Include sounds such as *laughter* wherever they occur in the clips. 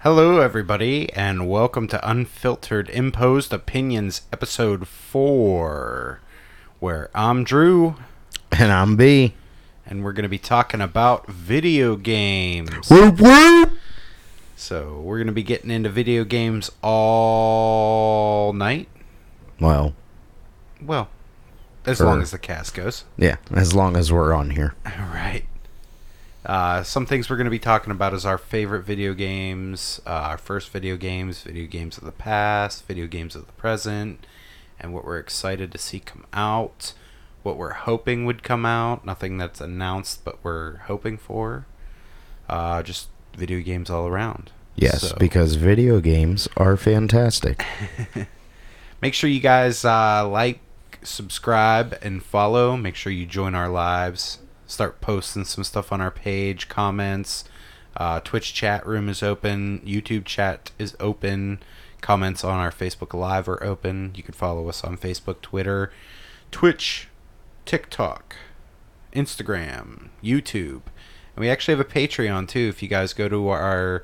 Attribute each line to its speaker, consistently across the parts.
Speaker 1: Hello, everybody, and welcome to Unfiltered Imposed Opinions, episode four, where I'm Drew,
Speaker 2: And I'm B.
Speaker 1: and we're going to be talking about video games.
Speaker 2: Whoop whoop.
Speaker 1: So, we're going to be getting into video games all night.
Speaker 2: Well,
Speaker 1: Well, as
Speaker 2: For-
Speaker 1: long as the cast goes.
Speaker 2: yeah, as long as we're on here.
Speaker 1: All *laughs* right. Uh, some things we're going to be talking about is our favorite video games, uh, our first video games, video games of the past, video games of the present, and what we're excited to see come out, what we're hoping would come out, nothing that's announced, but we're hoping for. Uh, just video games all around.
Speaker 2: Yes,
Speaker 1: So-
Speaker 2: because video games are fantastic.
Speaker 1: make sure you guys uh, like subscribe and follow make sure you join our lives start posting some stuff on our page comments uh, twitch chat room is open youtube chat is open comments on our facebook live are open you can follow us on facebook twitter twitch tiktok instagram youtube and we actually have a patreon too if you guys go to our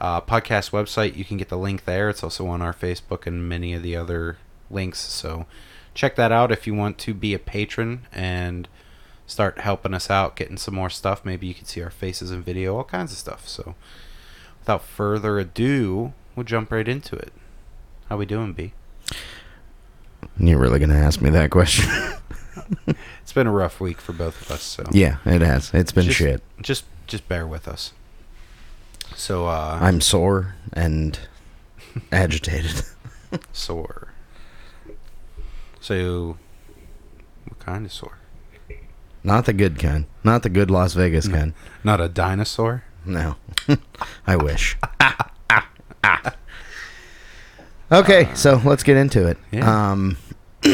Speaker 1: uh, podcast website. You can get the link there. It's also on our Facebook and many of the other links. So check that out if you want to be a patron and start helping us out, getting some more stuff. Maybe you can see our faces in video, all kinds of stuff. So without further ado, we'll jump right into it. How we doing, B?
Speaker 2: You're really gonna ask me that question?
Speaker 1: *laughs* It's been a rough week for both of us. So
Speaker 2: yeah, it has. It's been
Speaker 1: Just-
Speaker 2: shit.
Speaker 1: just just bear with us. So uh,
Speaker 2: I'm sore and agitated. *laughs*
Speaker 1: sore. So what kind of sore?
Speaker 2: Not the good kind. Not the good Las
Speaker 1: Mm.
Speaker 2: Vegas kind.
Speaker 1: Not a dinosaur.
Speaker 2: No. *laughs* I wish. okay, so let's get into it.
Speaker 1: yeah.
Speaker 2: Um *clears throat*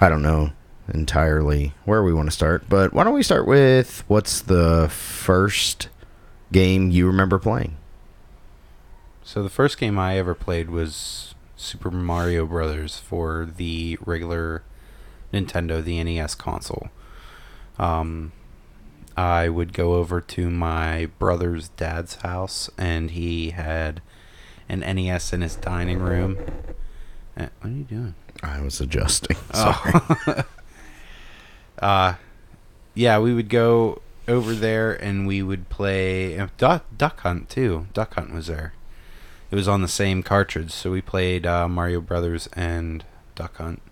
Speaker 2: I don't know entirely where we want to start, but why don't we start with what's the first game you remember playing?
Speaker 1: So the first game I ever played was Super Mario Brothers for the regular Nintendo, the NES console. Um, I would go over to my brother's dad's house, and he had an NES in his dining room. Eh, What are you doing?
Speaker 2: I was adjusting. *laughs* Sorry.
Speaker 1: Oh. uh, yeah, we would go over there and we would play uh, Duck, Duck Hunt too. Duck Hunt was there. It was on the same cartridge, so we played uh, Mario Brothers and Duck Hunt.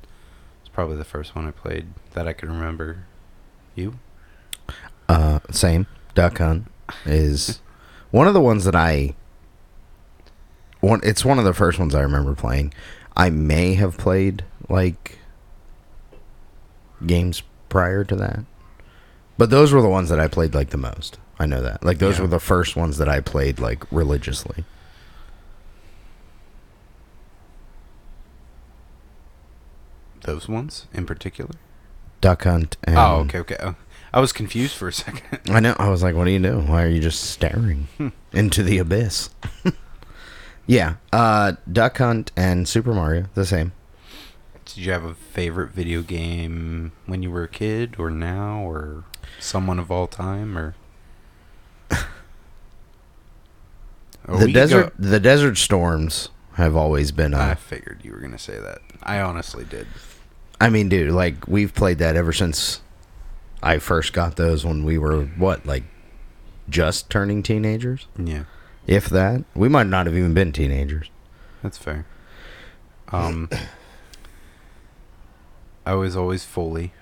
Speaker 1: It's probably the first one I played that I can remember. You?
Speaker 2: Uh, same. Duck Hunt is one of the ones that I one. It's one of the first ones I remember playing. I may have played like games prior to that, but those were the ones that I played like the most. I know that. Like those
Speaker 1: Yeah.
Speaker 2: were the first ones that I played like religiously.
Speaker 1: Those ones in particular?
Speaker 2: Duck Hunt. And
Speaker 1: oh, okay, okay. Oh, I was confused for a second.
Speaker 2: I know. I was like, "What do you do? Why are you just staring
Speaker 1: Hmm.
Speaker 2: into the abyss?" *laughs* yeah, uh, Duck Hunt and Super Mario, the same.
Speaker 1: Did you have a favorite video game when you were a kid, or now, or someone of all time,
Speaker 2: *laughs*
Speaker 1: or? Or
Speaker 2: the
Speaker 1: we could
Speaker 2: desert, the desert storms have always been.
Speaker 1: Go, I
Speaker 2: Uh,
Speaker 1: figured you were gonna say that. I honestly did.
Speaker 2: I mean, dude, like we've played that ever since I first got those when we were what, like, just turning teenagers,
Speaker 1: Yeah,
Speaker 2: if that. We might not have even been teenagers.
Speaker 1: that's fair. Um, I was always Foley,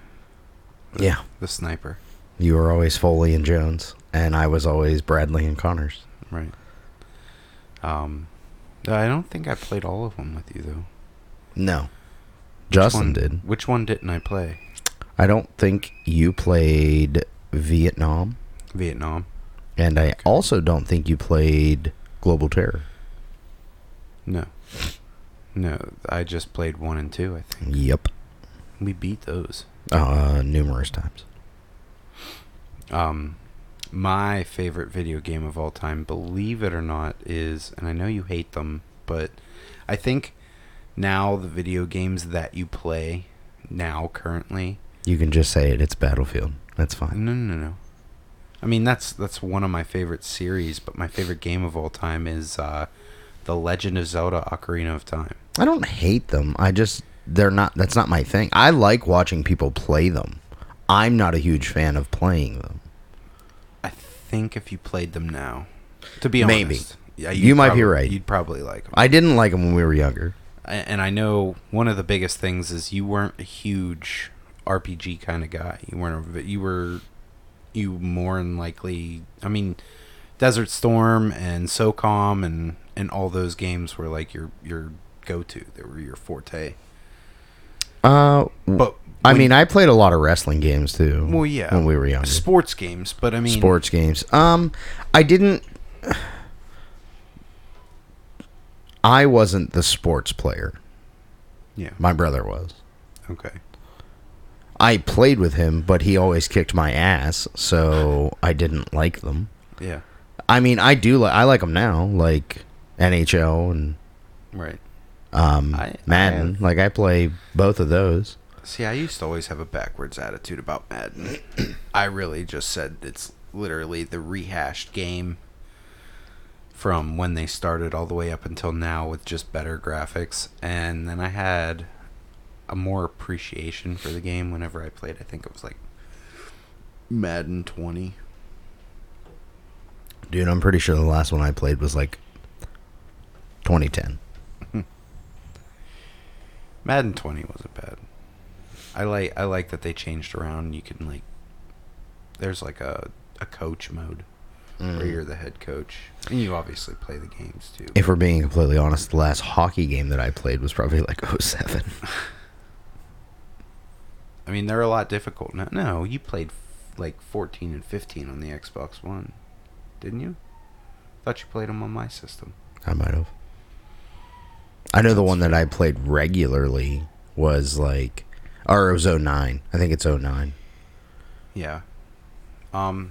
Speaker 2: Yeah,
Speaker 1: the sniper.
Speaker 2: you were always Foley and Jones, and I was always Bradley and Connors.
Speaker 1: Right. Um, I don't think I played all of them with you though.
Speaker 2: No, Justin
Speaker 1: one,
Speaker 2: did.
Speaker 1: Which one didn't I play?
Speaker 2: I don't think you played Vietnam,
Speaker 1: Vietnam.
Speaker 2: and I also don't think you played Global Terror.
Speaker 1: No. No, I just played one and two, I think.
Speaker 2: Yep,
Speaker 1: We beat those.
Speaker 2: uh, numerous times.
Speaker 1: Um my favorite video game of all time, believe it or not, is and I know you hate them, but I think now the video games that you play now currently
Speaker 2: You can just say it. It's Battlefield. That's fine.
Speaker 1: no no no. I mean, that's that's one of my favorite series, but my favorite game of all time is uh, The Legend of Zelda: Ocarina of Time.
Speaker 2: I don't hate them. I just they're not. That's not my thing. I like watching people play them. I'm not a huge fan of playing them.
Speaker 1: I think if you played them now, to be
Speaker 2: Maybe.
Speaker 1: honest, yeah,
Speaker 2: You
Speaker 1: you'd
Speaker 2: might be
Speaker 1: prob-
Speaker 2: right.
Speaker 1: You'd probably like them.
Speaker 2: I didn't like them when we were younger.
Speaker 1: and I know one of the biggest things is you weren't a huge RPG kind of guy. You weren't. A, you were. You more than likely. I mean, Desert Storm and SOCOM and and all those games were like your your go to. They were your forte.
Speaker 2: Uh, w-
Speaker 1: But
Speaker 2: I
Speaker 1: when-
Speaker 2: mean, I played a lot of wrestling games too.
Speaker 1: well, yeah,
Speaker 2: when we were younger,
Speaker 1: sports games. But I mean,
Speaker 2: sports games. Um, I didn't. I wasn't the sports player.
Speaker 1: Yeah.
Speaker 2: my brother was.
Speaker 1: Okay.
Speaker 2: I played with him, but he always kicked my ass, so I didn't like them.
Speaker 1: Yeah.
Speaker 2: I mean, I do like I like them now, like NHL and
Speaker 1: Right.
Speaker 2: um,
Speaker 1: I-
Speaker 2: Madden.
Speaker 1: I-
Speaker 2: like I play both of those.
Speaker 1: See, I used to always have a backwards attitude about Madden. I really just said it's literally the rehashed game from when they started all the way up until now with just better graphics. And then I had a more appreciation for the game whenever I played. I think it was like Madden 20.
Speaker 2: Dude, I'm pretty sure the last one I played was like 2010.
Speaker 1: Madden 20 wasn't bad. I like I like that they changed around. You can like there's like a a coach mode where you're the head coach and you obviously play the games too.
Speaker 2: Mm. If we're being completely honest, the last hockey game that I played was probably like *laughs* 07.
Speaker 1: I mean, they're a lot difficult. No, no, you played f- like 14 and 15 on the Xbox 1, didn't you? Thought you played them on my system.
Speaker 2: I might have. I know the one that I played regularly was like, or it was 09. I think it's 09.
Speaker 1: Yeah. Um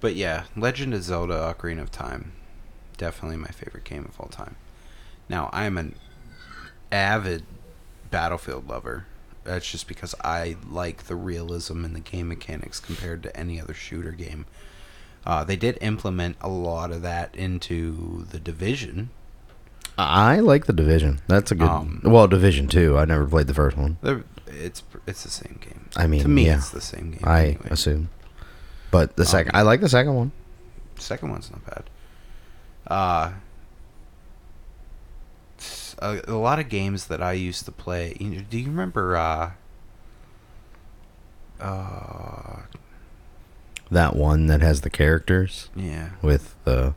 Speaker 1: But yeah, Legend of Zelda Ocarina of Time. Definitely my favorite game of all time. Now, I am an avid Battlefield lover. That's just because I like the realism and the game mechanics compared to any other shooter game. Uh, they did implement a lot of that into the division.
Speaker 2: I like the division. That's a good.
Speaker 1: Um,
Speaker 2: well, division two. I never played the first one.
Speaker 1: They're- It's pr- it's the same game.
Speaker 2: I mean,
Speaker 1: to me,
Speaker 2: yeah,
Speaker 1: it's the same game.
Speaker 2: I
Speaker 1: anyway.
Speaker 2: assume. But the second, I like the second one.
Speaker 1: Second one's not bad. Uh, s- a, a lot of games that I used to play. You know, do you remember? Uh, uh,
Speaker 2: That one that has the characters
Speaker 1: yeah,
Speaker 2: with the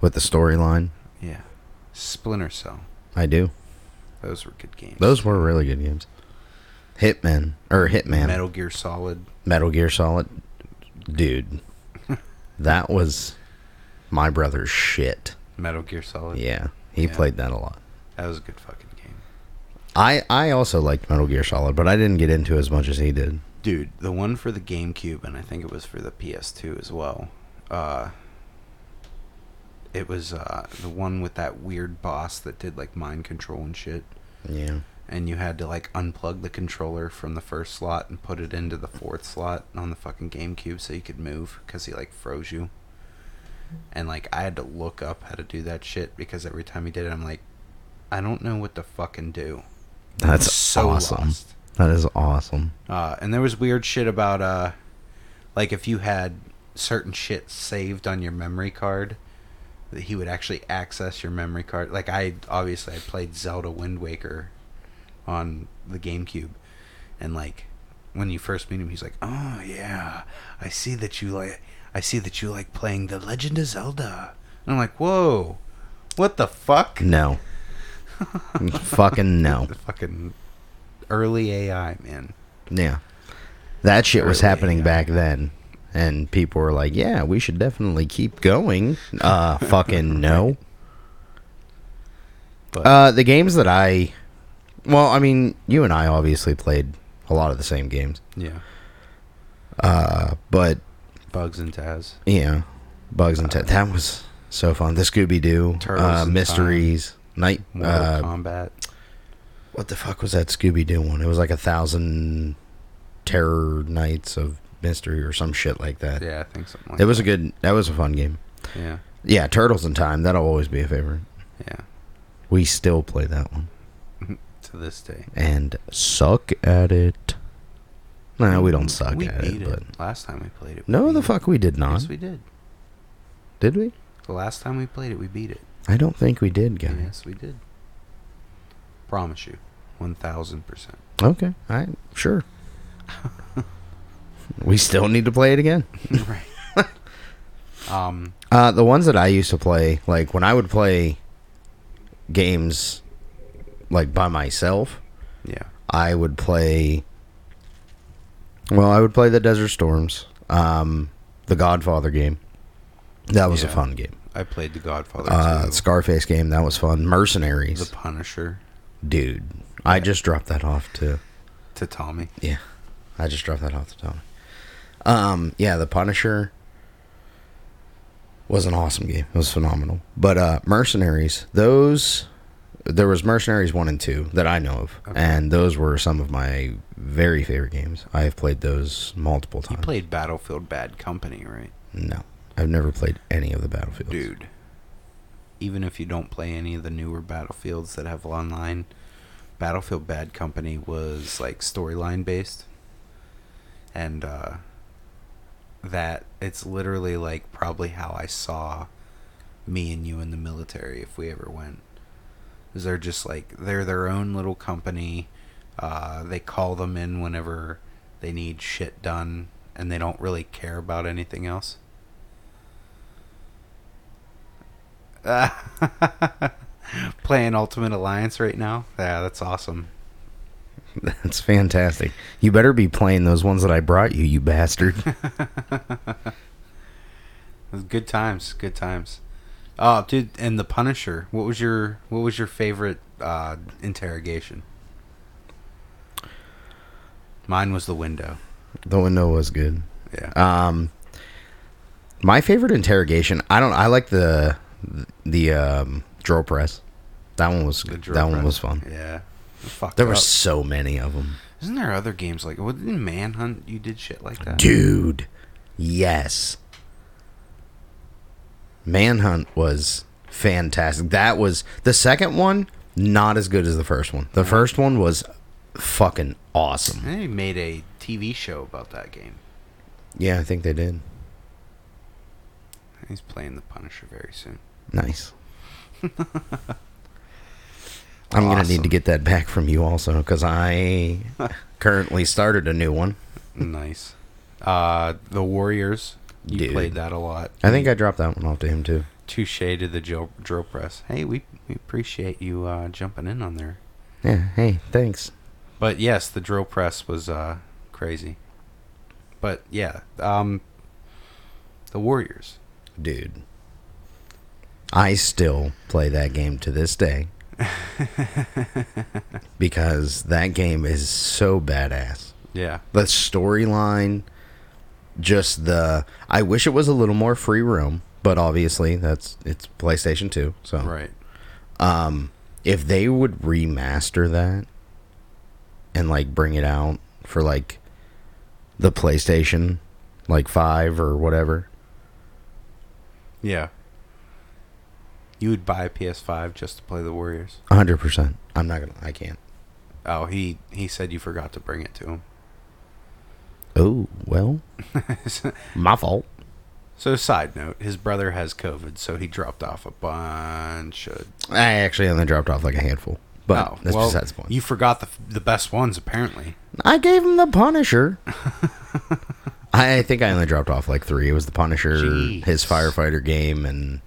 Speaker 2: with the storyline.
Speaker 1: yeah. Splinter Cell.
Speaker 2: I do.
Speaker 1: Those were good games.
Speaker 2: Those were really good games. Hitman or Hitman, Metal,
Speaker 1: Metal Gear Solid.
Speaker 2: Gear Solid,
Speaker 1: *laughs*
Speaker 2: dude. that was my brother's shit.
Speaker 1: Metal Gear Solid.
Speaker 2: Yeah, he
Speaker 1: Yeah.
Speaker 2: played that a lot.
Speaker 1: That was a good fucking game.
Speaker 2: I I also liked Metal Gear Solid, but I didn't get into it as much as he did.
Speaker 1: Dude, the one for the GameCube, and I think it was for the PS2 as well. Uh, it was uh, the one with that weird boss that did like mind control and shit.
Speaker 2: Yeah.
Speaker 1: and you had to like unplug the controller from the first slot and put it into the fourth slot on the fucking GameCube so you could move because he like froze you. And like I had to look up how to do that shit because every time he did it, I'm like, I don't know what to fucking do.
Speaker 2: That's awesome.
Speaker 1: lost.
Speaker 2: That is awesome.
Speaker 1: Uh, and there was weird shit about uh, like if you had certain shit saved on your memory card, that he would actually access your memory card. Like I obviously I played Zelda Wind Waker on the GameCube, and like when you first meet him, he's like, "Oh yeah, I see that you like, I see that you like playing The Legend of Zelda," and I'm like, "Whoa, what the fuck?" *laughs*
Speaker 2: No. Fucking no.
Speaker 1: The fucking early AI man.
Speaker 2: Yeah. That shit was
Speaker 1: Early,
Speaker 2: happening
Speaker 1: yeah.
Speaker 2: back then. And people were like, yeah, we should definitely keep going.
Speaker 1: *laughs*
Speaker 2: Uh, fucking no.
Speaker 1: But-
Speaker 2: Uh, the games that I. Well, I mean, you and I obviously played a lot of the same games.
Speaker 1: Yeah,
Speaker 2: Uh, but,
Speaker 1: Bugs and Taz.
Speaker 2: you know, Bugs and Ted. That was so fun. The Scooby Doo,
Speaker 1: Uh, Turtles
Speaker 2: uh,
Speaker 1: in
Speaker 2: Mysteries, Night.
Speaker 1: Mortal
Speaker 2: Uh,
Speaker 1: Kombat.
Speaker 2: What the fuck was that Scooby Doo one? It was like a thousand terror nights of mystery or some shit like that.
Speaker 1: Yeah, I think something like
Speaker 2: It was a good. That was a fun game.
Speaker 1: that. Yeah,
Speaker 2: Yeah, Turtles in Time. That'll always be a favorite.
Speaker 1: yeah.
Speaker 2: We still play that one
Speaker 1: To this day.
Speaker 2: and suck at it. No, we don't suck
Speaker 1: we
Speaker 2: at
Speaker 1: beat
Speaker 2: it, But
Speaker 1: last time we played it. we
Speaker 2: no,
Speaker 1: beat
Speaker 2: the
Speaker 1: it.
Speaker 2: fuck we did not.
Speaker 1: Yes, we did.
Speaker 2: did we?
Speaker 1: The last time we played it, we beat it.
Speaker 2: I don't think we did, guys.
Speaker 1: Yes, we did. Promise you, one thousand percent.
Speaker 2: Okay, I sure.
Speaker 1: *laughs*
Speaker 2: we still need to play it again.
Speaker 1: Right. um.
Speaker 2: Uh, the ones that I used to play, like when I would play games, like by myself,
Speaker 1: Yeah.
Speaker 2: I would play. Well, I would play the Desert Storms, um, the Godfather game. That was a
Speaker 1: Yeah.
Speaker 2: fun game.
Speaker 1: I played The Godfather.
Speaker 2: Uh,
Speaker 1: too.
Speaker 2: Scarface game, that was fun.
Speaker 1: The
Speaker 2: Mercenaries,
Speaker 1: Punisher
Speaker 2: dude, I just dropped that off too.
Speaker 1: to Tommy.
Speaker 2: Yeah, I just dropped that off to Tony. Um, yeah, The Punisher was an awesome game. It was phenomenal. But uh, Mercenaries, those there was Mercenaries one and two that I know of,
Speaker 1: Okay.
Speaker 2: and those were some of my very favorite games. I have played those multiple
Speaker 1: You
Speaker 2: times.
Speaker 1: played Battlefield Bad Company, right?
Speaker 2: no, I've never played any of the Battlefields.
Speaker 1: Dude. Even if you don't play any of the newer Battlefields that have online, Battlefield Bad Company was like storyline based. And uh that it's literally like probably how I saw me and you in the military if we ever went. Is they're just like they're their own little company. Uh, they call them in whenever they need shit done, and they don't really care about anything else. Playing Ultimate Alliance right now. Yeah, that's awesome.
Speaker 2: *laughs* that's fantastic. You better be playing those ones that I brought you, you
Speaker 1: *laughs*
Speaker 2: bastard.
Speaker 1: It was Good times, good times. Oh, dude, and the Punisher. What was your what was your favorite uh, interrogation? Mine was the window.
Speaker 2: the window was good.
Speaker 1: Yeah.
Speaker 2: Um, my favorite interrogation. I don't. I like the the um, drill press. That one was
Speaker 1: The
Speaker 2: that
Speaker 1: drill
Speaker 2: one
Speaker 1: press.
Speaker 2: was fun.
Speaker 1: Yeah. Fucked
Speaker 2: There
Speaker 1: there
Speaker 2: were so many of them,
Speaker 1: Isn't there other games like what in Manhunt you did shit like that?
Speaker 2: dude. Yes, Manhunt was fantastic. That was the second one. Not as good as the first one.
Speaker 1: Uh-huh.
Speaker 2: The first one was fucking awesome.
Speaker 1: They made a TV show about that game.
Speaker 2: Yeah, I think they did.
Speaker 1: He's playing the Punisher very
Speaker 2: *laughs*
Speaker 1: soon.
Speaker 2: Nice. I'm gonna need to
Speaker 1: Awesome.
Speaker 2: get that back from you also because I *laughs* currently started a new one.
Speaker 1: nice. Uh The Warriors. You
Speaker 2: Dude.
Speaker 1: played that a lot.
Speaker 2: I think I dropped that one off to him too.
Speaker 1: Touche to the drill, drill press. Hey, we, we appreciate you uh, jumping in on there.
Speaker 2: Yeah. Hey, thanks.
Speaker 1: But yes, the drill press was uh, crazy. But yeah, um, the Warriors.
Speaker 2: dude. I still play that game to this *laughs* day because that game is so badass.
Speaker 1: Yeah.
Speaker 2: The storyline, just the. I wish it was a little more free roam, but obviously that's it's PlayStation Two, so
Speaker 1: Right.
Speaker 2: um, if they would remaster that and like bring it out for like the PlayStation, like Five or whatever,
Speaker 1: Yeah. You would buy a PS5 just to play the Warriors.
Speaker 2: hundred percent. I'm not gonna. I can't.
Speaker 1: Oh, he he said you forgot to bring it to him.
Speaker 2: Oh *laughs* well, my fault.
Speaker 1: so side note, his brother has COVID, so he dropped off a bunch of.
Speaker 2: I actually only dropped off like a handful, but
Speaker 1: Oh,
Speaker 2: that's
Speaker 1: well,
Speaker 2: besides the point.
Speaker 1: You forgot the f- the best ones apparently.
Speaker 2: I gave him
Speaker 1: *laughs*
Speaker 2: the Punisher. I I think I only dropped off like three. It was the Punisher,
Speaker 1: Jeez.
Speaker 2: his firefighter game, and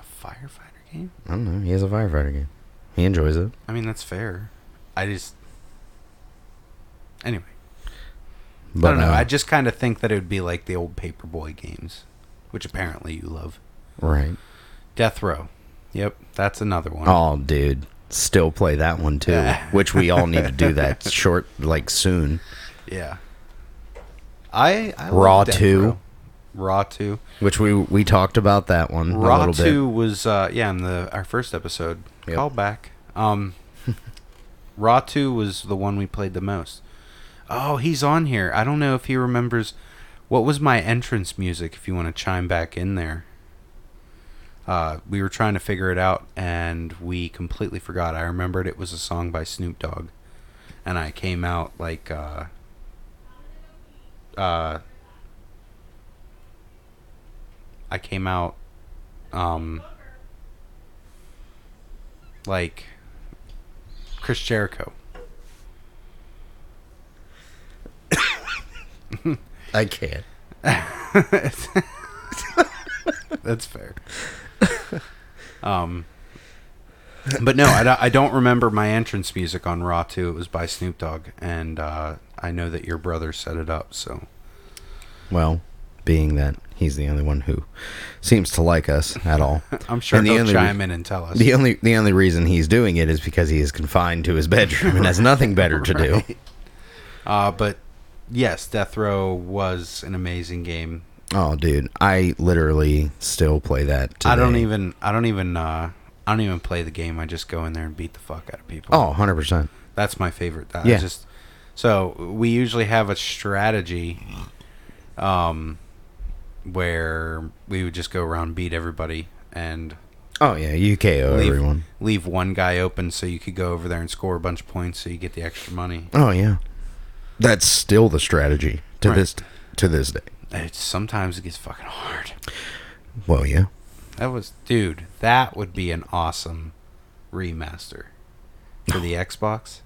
Speaker 1: A firefighter game.
Speaker 2: I don't know. He has a firefighter game. He enjoys it.
Speaker 1: I mean, that's fair. I just. Anyway,
Speaker 2: But
Speaker 1: I don't know.
Speaker 2: uh,
Speaker 1: I just kind of think that it would be like the old Paperboy games, which apparently you love.
Speaker 2: right.
Speaker 1: Death Row. Yep, that's another one.
Speaker 2: Oh, dude, still play that one too,
Speaker 1: Yeah.
Speaker 2: which we all need
Speaker 1: *laughs*
Speaker 2: to do that short, like soon.
Speaker 1: Yeah. I, I love
Speaker 2: Raw
Speaker 1: Death
Speaker 2: 2.
Speaker 1: Row. Raw two.
Speaker 2: Which we we talked about that one a
Speaker 1: Raw
Speaker 2: little
Speaker 1: two was uh, yeah in the our first episode
Speaker 2: Yep.
Speaker 1: call back. Um,
Speaker 2: *laughs*
Speaker 1: Raw two was the one we played the most. Oh, he's on here. I don't know if he remembers. What was my entrance music? If you want to chime back in there, uh, we were trying to figure it out and we completely forgot. I remembered it was a song by Snoop Dogg, and I came out like uh, uh, I came out um, like Chris Jericho.
Speaker 2: I can't.
Speaker 1: That's fair.
Speaker 2: *laughs*
Speaker 1: um, but no, I, don't- I don't remember my entrance music on Raw 2. It was by Snoop Dogg, and uh, I know that your brother set it up. So
Speaker 2: Well, being that he's the only one who seems to like us at all.
Speaker 1: *laughs* I'm sure
Speaker 2: And the
Speaker 1: he'll
Speaker 2: only
Speaker 1: chime
Speaker 2: reason-
Speaker 1: in and tell us.
Speaker 2: The only the only reason he's doing it is because he is confined to his bedroom and has nothing better to do.
Speaker 1: Right. Uh, but yes, Death Row was an amazing game.
Speaker 2: Oh, dude, I literally still play that. Today.
Speaker 1: I don't even. I don't even. Uh, I don't even play the game. I just go in there and beat the fuck out of people.
Speaker 2: Oh, 100 percent.
Speaker 1: That's my favorite. I
Speaker 2: Yeah.
Speaker 1: just so we usually have a strategy um where we would just go around beat everybody and
Speaker 2: Oh yeah, you KO
Speaker 1: leave,
Speaker 2: everyone.
Speaker 1: leave one guy open so you could go over there and score a bunch of points so you get the extra money.
Speaker 2: Oh yeah, that's still the strategy to
Speaker 1: Right.
Speaker 2: this to this day.
Speaker 1: It's, sometimes it gets fucking hard.
Speaker 2: Well, yeah,
Speaker 1: That was dude, that would be an awesome remaster for
Speaker 2: *laughs*
Speaker 1: the Xbox.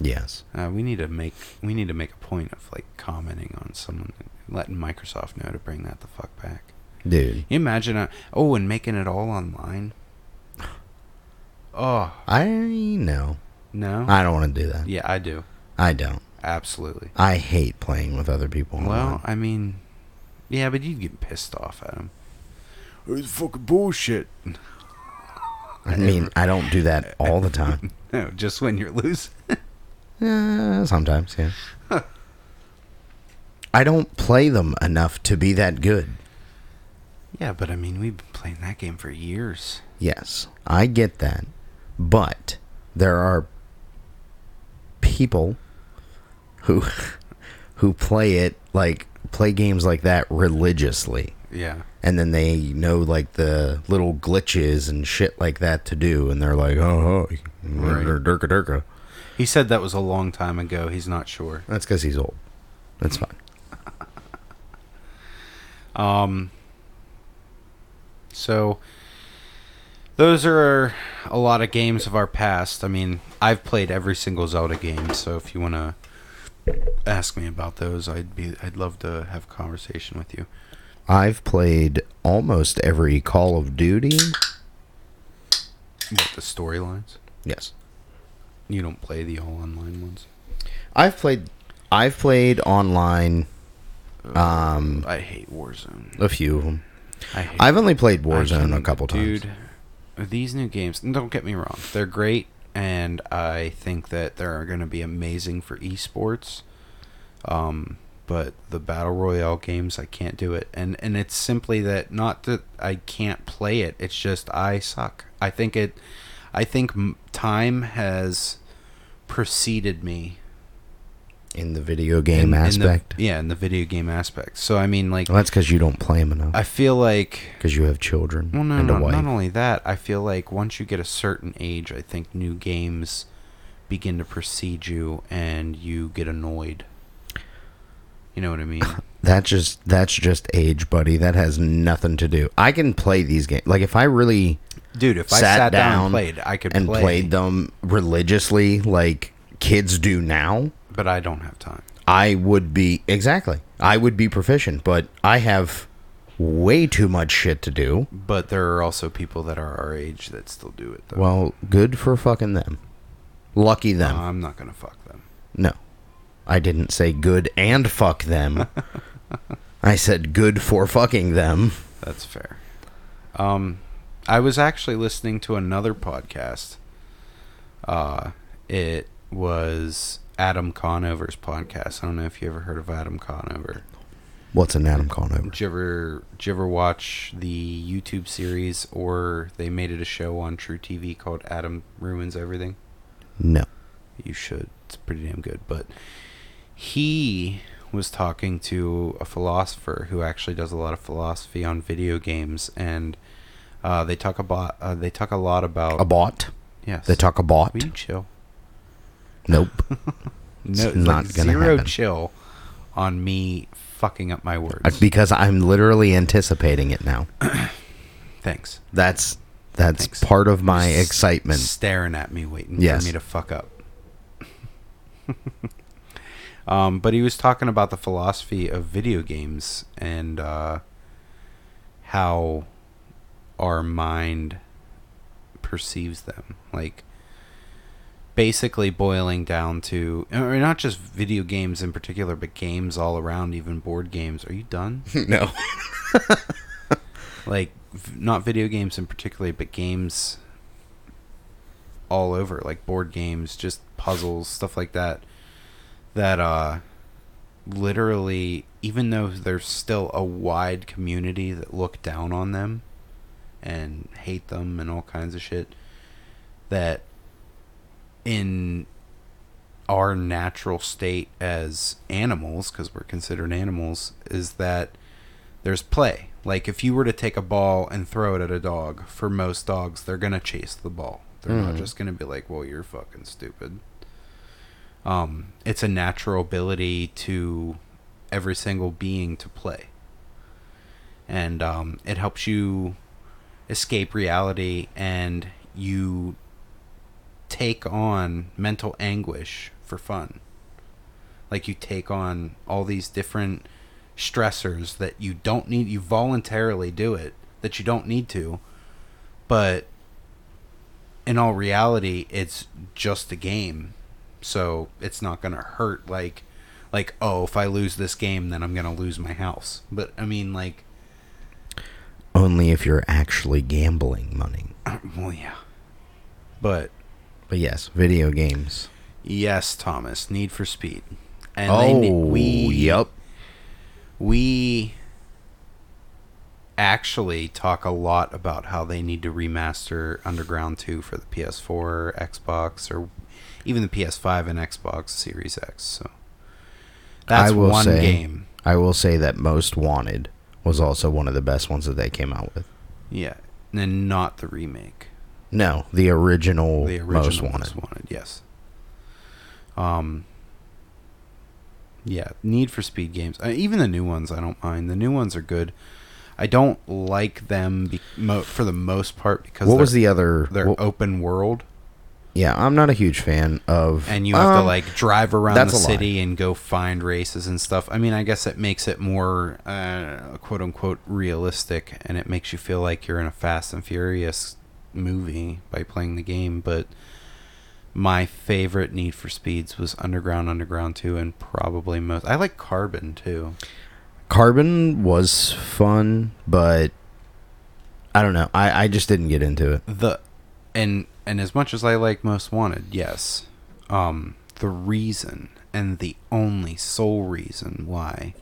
Speaker 2: yes.
Speaker 1: Uh, we need to make we need to make a point of like commenting on someone letting Microsoft know to bring that the fuck back.
Speaker 2: Dude,
Speaker 1: You imagine, uh, oh, and making it all online. *gasps* Oh
Speaker 2: I know.
Speaker 1: no!
Speaker 2: I don't want to do that.
Speaker 1: yeah, I do.
Speaker 2: I don't.
Speaker 1: Absolutely.
Speaker 2: I hate playing with other people.
Speaker 1: Well,
Speaker 2: online.
Speaker 1: I mean, yeah, but you'd get pissed off at him. It's fucking bullshit.
Speaker 2: I mean, I don't do that all the time.
Speaker 1: *laughs* No, just when you're losing.
Speaker 2: Uh, sometimes, yeah. I don't play them enough to be that good.
Speaker 1: Yeah, but I mean, we've been playing that game for years.
Speaker 2: Yes, I get that. But there are people who *laughs* who play it like play games like that religiously
Speaker 1: Yeah.
Speaker 2: and then they know like the little glitches and shit like that to do and they're like, "Oh, oh
Speaker 1: Right.
Speaker 2: durka durka."
Speaker 1: He said that was a long time ago. He's not sure.
Speaker 2: That's cuz he's old. That's fine.
Speaker 1: Um, so those are a lot of games of our past. I mean, I've played every single Zelda game, so if you want to ask me about those, I'd be I'd love to have a conversation with you.
Speaker 2: I've played almost every Call of Duty.
Speaker 1: What the storylines?
Speaker 2: Yes.
Speaker 1: You don't play the all online ones.
Speaker 2: I've played I've played online um
Speaker 1: I hate Warzone.
Speaker 2: a few of them.
Speaker 1: I hate
Speaker 2: I've only played
Speaker 1: I
Speaker 2: Warzone a
Speaker 1: can-
Speaker 2: couple times.
Speaker 1: Dude, these new games, and don't get me wrong, they're great, and I think that they're going to be amazing for esports. Um, but the battle royale games, I can't do it, and and it's simply that not that I can't play it. It's just I suck. I think it, I think m- time has preceded me
Speaker 2: in the video game
Speaker 1: in the-
Speaker 2: aspect.
Speaker 1: yeah, in the video game aspect. So I mean, like,
Speaker 2: well, that's because you don't play them enough.
Speaker 1: I feel like
Speaker 2: Because you have children
Speaker 1: Well, no,
Speaker 2: and a
Speaker 1: no,
Speaker 2: wife.
Speaker 1: not only that, I feel like once you get a certain age, I think new games begin to precede you and you get annoyed. You know what I
Speaker 2: *laughs*
Speaker 1: mean?
Speaker 2: That just that's just age, buddy. That has nothing to do. I can play these games. Like if I really
Speaker 1: Dude, if I
Speaker 2: sat,
Speaker 1: sat down,
Speaker 2: down
Speaker 1: and played, I could
Speaker 2: and
Speaker 1: play,
Speaker 2: played them religiously, like kids do now,
Speaker 1: but I don't have time.
Speaker 2: I would be exactly. I would be proficient, but I have way too much shit to do.
Speaker 1: But there are also people that are our age that still do it though.
Speaker 2: Well, good for fucking them. Lucky them.
Speaker 1: I'm not going to fuck them.
Speaker 2: No. I didn't say good and
Speaker 1: *laughs*
Speaker 2: fuck them. I said good for fucking them.
Speaker 1: That's fair. Um, I was actually listening to another podcast. Uh, it was Adam Conover's podcast. I don't know if you ever heard of Adam Conover.
Speaker 2: What's an Adam Conover?
Speaker 1: Did you ever, did you ever watch the YouTube series, or they made it a show on True TV called Adam Ruins Everything?
Speaker 2: No.
Speaker 1: You should. It's pretty damn good. But he was talking to a philosopher who actually does a lot of philosophy on video games, and uh, they talk about uh, they talk a lot about
Speaker 2: A bot.
Speaker 1: yes.
Speaker 2: They talk a bot.
Speaker 1: Will you chill?
Speaker 2: Nope.
Speaker 1: *laughs* No,
Speaker 2: It's
Speaker 1: it's
Speaker 2: not
Speaker 1: like
Speaker 2: gonna
Speaker 1: zero
Speaker 2: happen.
Speaker 1: chill on me fucking up my
Speaker 2: Uh,
Speaker 1: words.
Speaker 2: because I'm literally anticipating it now.
Speaker 1: Thanks.
Speaker 2: That's that's
Speaker 1: Thanks.
Speaker 2: part of my
Speaker 1: S-
Speaker 2: excitement.
Speaker 1: staring at me, waiting
Speaker 2: Yes.
Speaker 1: for me to fuck up. *laughs* um, but he was talking about the philosophy of video games and uh, how our mind perceives them. Like, basically boiling down to, or not just video games in particular, but games all around, even board games. Are you done? *laughs*
Speaker 2: no.
Speaker 1: like v- not video games in particular, but games all over, like board games, just puzzles, stuff like that. That uh, literally, even though there's still a wide community that look down on them and hate them and all kinds of shit, that in our natural state as animals, because we're considered animals, is that there's play. Like if you were to take a ball and throw it at a dog, for most dogs, they're gonna chase the ball. They're not
Speaker 2: Mhm.
Speaker 1: just gonna be like, "Well, you're fucking stupid." Um, it's a natural ability to every single being to play, and um, it helps you escape reality, and you take on mental anguish for fun. Like you take on all these different stressors that you don't need you voluntarily do it that you don't need to but in all reality it's just a game so it's not going to hurt like like oh if i lose this game then i'm going to lose my house but i mean like
Speaker 2: Only if you're actually gambling money.
Speaker 1: well yeah but
Speaker 2: But yes, video games.
Speaker 1: yes thomas need for speed and they
Speaker 2: oh,
Speaker 1: ne- we
Speaker 2: yep.
Speaker 1: we actually talk a lot about how they need to remaster Underground 2 for the PS4, Xbox, or even the PS5 and Xbox Series X. So that's
Speaker 2: I will
Speaker 1: one
Speaker 2: say-
Speaker 1: game.
Speaker 2: I will say that Most Wanted was also one of the best ones that they came out with.
Speaker 1: Yeah. And not the remake.
Speaker 2: No, the original,
Speaker 1: the original
Speaker 2: Most Wanted.
Speaker 1: yes. Um, yeah, Need for Speed games. Uh, even the new ones, I don't mind. The new ones are good. I don't like them be- mo- for the most part because
Speaker 2: What
Speaker 1: they're,
Speaker 2: was the other?
Speaker 1: they're
Speaker 2: what-
Speaker 1: open world,
Speaker 2: yeah, I'm not a huge fan of.
Speaker 1: and you have to
Speaker 2: Um,
Speaker 1: like drive around the
Speaker 2: that's a lie.
Speaker 1: city and go find races and stuff. I mean, I guess it makes it more uh, quote unquote realistic, and it makes you feel like you're in a Fast and Furious movie by playing the game. But my favorite Need for Speeds was Underground, Underground Two, and probably most. I like Carbon too.
Speaker 2: Carbon was fun, but I don't know. I, I just didn't get into it.
Speaker 1: the and and as much as I like Most Wanted, yes, um, the reason and the only sole reason why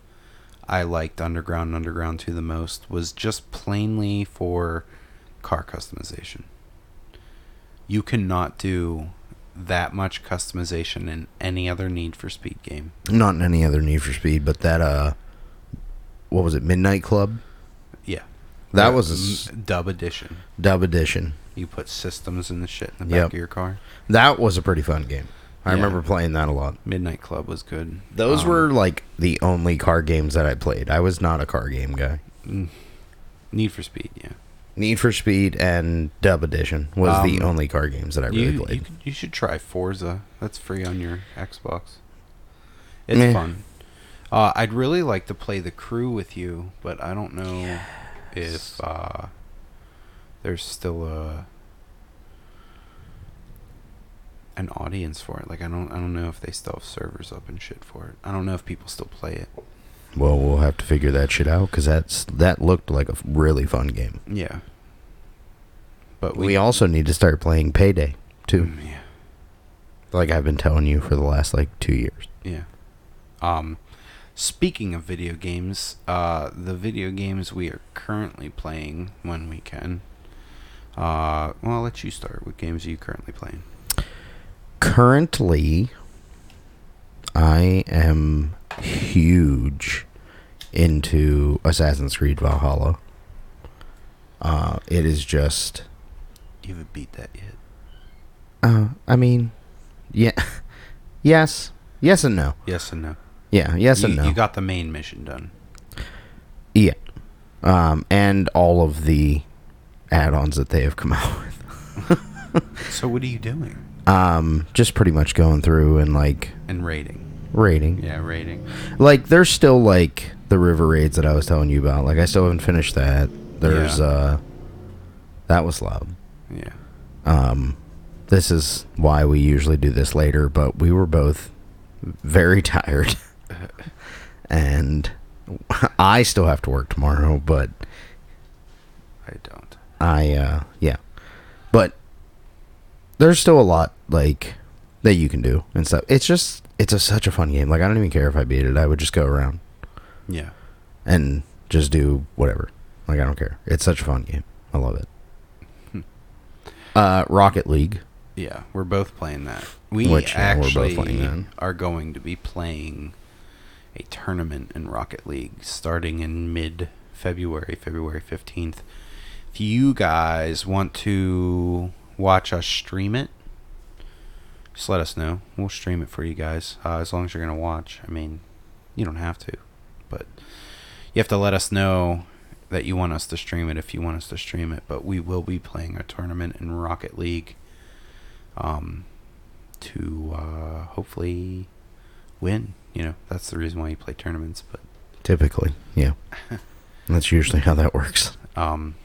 Speaker 1: I liked Underground Underground Two the most was just plainly for car customization. You cannot do that much customization in any other Need for Speed game.
Speaker 2: Not in any other Need for Speed, but that uh, what was it? Midnight Club.
Speaker 1: Yeah,
Speaker 2: That was a s-
Speaker 1: M- dub edition.
Speaker 2: dub edition.
Speaker 1: You put systems and the shit in the
Speaker 2: Yep.
Speaker 1: back of your car.
Speaker 2: That was a pretty fun game. I
Speaker 1: Yeah.
Speaker 2: remember playing that a lot.
Speaker 1: Midnight Club was good.
Speaker 2: Those
Speaker 1: Um,
Speaker 2: were like the only car games that I played. I was not a car game guy.
Speaker 1: Need for Speed. Yeah.
Speaker 2: Need for Speed and Dub Edition was the
Speaker 1: Um,
Speaker 2: only car games that I really
Speaker 1: you, you,
Speaker 2: played.
Speaker 1: could- you should try Forza. That's free on your Xbox. It's
Speaker 2: Meh.
Speaker 1: fun. Uh, I'd really like to play the crew with you, but I don't know if uh, there's still a an audience for it. Like I don't I don't know if they still have servers up and shit for it. I don't know if people still play it.
Speaker 2: Well, we'll have to figure that shit out because that's that looked like a f- really fun game.
Speaker 1: Yeah. But
Speaker 2: We,
Speaker 1: we,
Speaker 2: also need to start playing Payday too.
Speaker 1: Mm, yeah.
Speaker 2: Like I've been telling you for the last like two years.
Speaker 1: Yeah. Um, speaking of video games, uh, the video games we are currently playing when we can. Uh, well, I'll let you start. What games are you currently playing?
Speaker 2: Currently, I am huge into Assassin's Creed Valhalla. Uh, it is just.
Speaker 1: You haven't beat that yet.
Speaker 2: Uh, I mean, yeah, *laughs* yes, yes, and no.
Speaker 1: Yes and no.
Speaker 2: Yeah, yes,
Speaker 1: you,
Speaker 2: and no.
Speaker 1: You got the main mission done.
Speaker 2: yeah, um, and all of the add-ons that they have come *laughs* out with.
Speaker 1: So what are you doing?
Speaker 2: Um, just pretty much going through and like
Speaker 1: And rating.
Speaker 2: rating.
Speaker 1: Yeah, rating.
Speaker 2: Like there's still like the river raids that I was telling you about. Like I still haven't finished that. There's
Speaker 1: Yeah.
Speaker 2: uh, that was loud.
Speaker 1: Yeah.
Speaker 2: Um, this is why we usually do this later, but we were both very *laughs* tired. and I still have to work tomorrow, but
Speaker 1: I don't.
Speaker 2: I, uh, yeah. But there's still a lot, like, that you can do and stuff. It's just, it's a, such a fun game. Like, I don't even care if I beat it. I would just go around
Speaker 1: Yeah.
Speaker 2: and just do whatever. Like, I don't care. It's such a fun game. I love it. Uh, Rocket League.
Speaker 1: Yeah, we're both playing that. We
Speaker 2: Which, yeah, we're both
Speaker 1: actually
Speaker 2: playing that.
Speaker 1: are going to be playing a tournament in Rocket League starting in mid February, February 15th. If you guys want to watch us stream it, just let us know. We'll stream it for you guys uh, as long as you're going to watch. I mean, you don't have to, but you have to let us know that you want us to stream it if you want us to stream it. But we will be playing a tournament in Rocket League um, to uh, hopefully win. You know, that's the reason why you play tournaments. But
Speaker 2: Typically, yeah. That's usually how that works.
Speaker 1: um,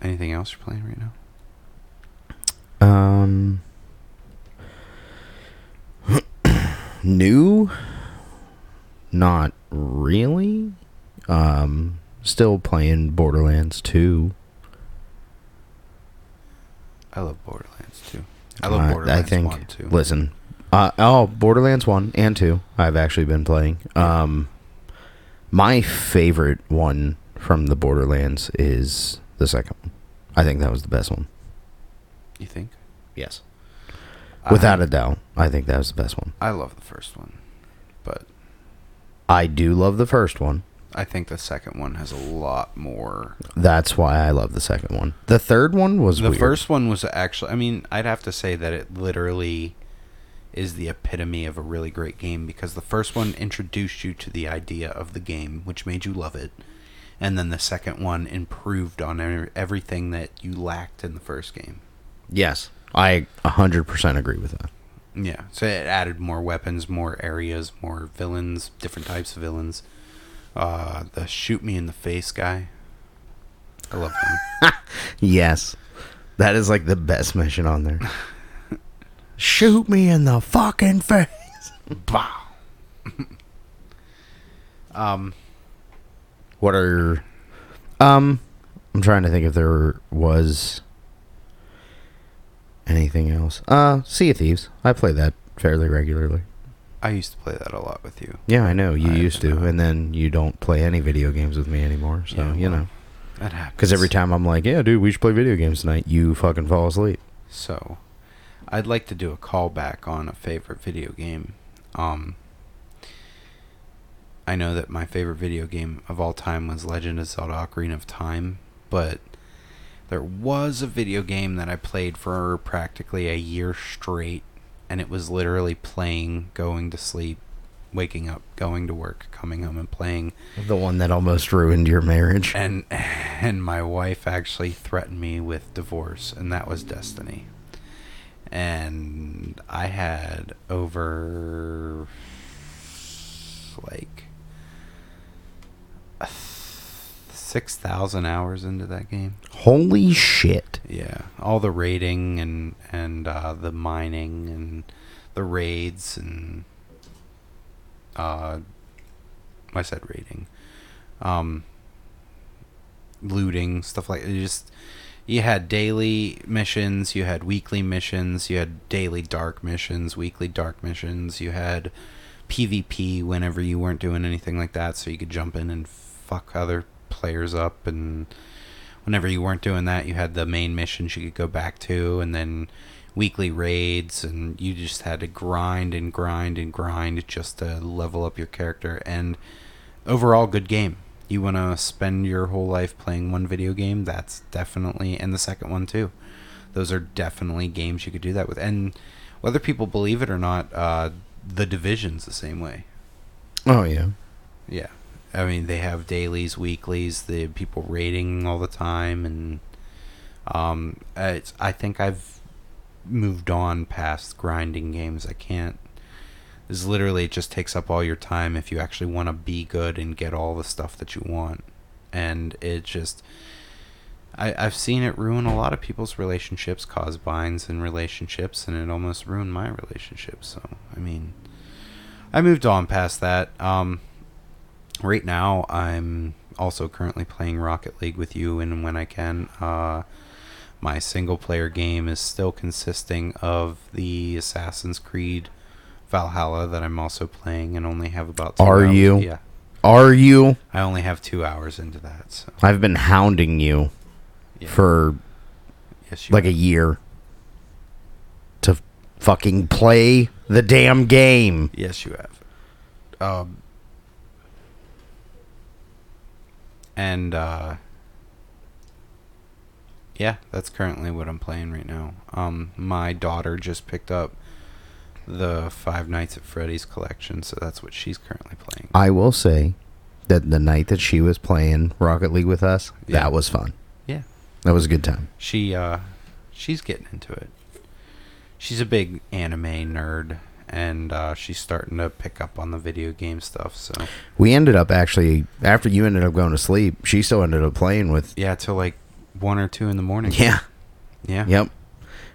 Speaker 1: anything else you're playing right now?
Speaker 2: Um, *clears throat* new? Not really. Um, still playing Borderlands 2.
Speaker 1: I love Borderlands too. I love
Speaker 2: Uh,
Speaker 1: Borderlands
Speaker 2: I think,
Speaker 1: one too.
Speaker 2: Listen, uh, oh, Borderlands one and two. I've actually been playing. Um, my favorite one from the Borderlands is the second one. I think that was the best one.
Speaker 1: you think?
Speaker 2: Yes, without
Speaker 1: I,
Speaker 2: a doubt, I think that was the best one.
Speaker 1: I love the first one, but
Speaker 2: I do love the first one.
Speaker 1: I think the second one has a lot more.
Speaker 2: That's why I love the second one. The third one was
Speaker 1: the
Speaker 2: weird.
Speaker 1: first one was actually. I mean, I'd have to say that it literally is the epitome of a really great game because the first one introduced you to the idea of the game, which made you love it, and then the second one improved on e- everything that you lacked in the first game.
Speaker 2: Yes, I hundred percent agree with that.
Speaker 1: Yeah, so it added more weapons, more areas, more villains, different types of villains. Uh, the shoot me in the face guy. I love him.
Speaker 2: Yes. That is like the best mission on there. Shoot me in the fucking *laughs* face. *laughs*
Speaker 1: Wow. um,
Speaker 2: What are um I'm trying to think if there was anything else. Uh Sea of Thieves. I play that fairly regularly.
Speaker 1: I used to play that a lot with you.
Speaker 2: Yeah, I know. You
Speaker 1: I-
Speaker 2: used to,
Speaker 1: uh,
Speaker 2: and then you don't play any video games with me anymore, so
Speaker 1: Yeah,
Speaker 2: you
Speaker 1: well,
Speaker 2: know.
Speaker 1: That happens.
Speaker 2: Because every time I'm like, yeah, dude, we should play video games tonight, you fucking fall asleep.
Speaker 1: So, I'd like to do a callback on a favorite video game. Um, I know that my favorite video game of all time was Legend of Zelda: Ocarina of Time, but there was a video game that I played for practically a year straight, and it was literally playing, going to sleep, waking up, going to work, coming home, and playing.
Speaker 2: The one that almost ruined your marriage.
Speaker 1: And and my wife actually threatened me with divorce, and that was Destiny. And I had over like six thousand hours into that game.
Speaker 2: Holy shit.
Speaker 1: Yeah, all the raiding and and uh, the mining and the raids and uh, I said raiding, um, looting stuff like you just you had daily missions, you had weekly missions, you had daily dark missions, weekly dark missions, you had PvP whenever you weren't doing anything like that, so you could jump in and fuck other players up and whenever you weren't doing that, you had the main missions you could go back to, and then weekly raids and you just had to grind and grind and grind just to level up your character and overall good game you want to spend your whole life playing one video game that's definitely and the second one too those are definitely games you could do that with and whether people believe it or not uh, the division's the same way
Speaker 2: Oh yeah.
Speaker 1: yeah. I mean, they have dailies, weeklies, the people rating all the time, and um, it's, I think I've moved on past grinding games. I can't. This literally it just takes up all your time if you actually want to be good and get all the stuff that you want. And it just. I, I've seen it ruin a lot of people's relationships, cause binds in relationships, and it almost ruined my relationship. So, I mean, I moved on past that. Um, right now i'm also currently playing rocket league with you and when i can uh, my single player game is still consisting of the assassin's creed valhalla that i'm also playing and only have about two
Speaker 2: Are
Speaker 1: hours-
Speaker 2: you?
Speaker 1: yeah
Speaker 2: Are you?
Speaker 1: i only have two hours into that so
Speaker 2: I've been hounding you
Speaker 1: Yeah.
Speaker 2: for
Speaker 1: yes you
Speaker 2: like a year to fucking play the damn game.
Speaker 1: Yes, you have. Um, and uh, yeah, that's currently what I'm playing right now. Um, my daughter just picked up the Five Nights at Freddy's collection, so that's what she's currently playing.
Speaker 2: I will say that the night that she was playing Rocket League with us,
Speaker 1: Yeah.
Speaker 2: that was fun.
Speaker 1: Yeah,
Speaker 2: That was a good time.
Speaker 1: she uh, she's getting into it. She's a big anime nerd, and uh, she's starting to pick up on the video game stuff. So
Speaker 2: We ended up actually after you ended up going to sleep, she still ended up playing with
Speaker 1: yeah, till like one or two in the morning.
Speaker 2: Yeah.
Speaker 1: yeah.
Speaker 2: Yep.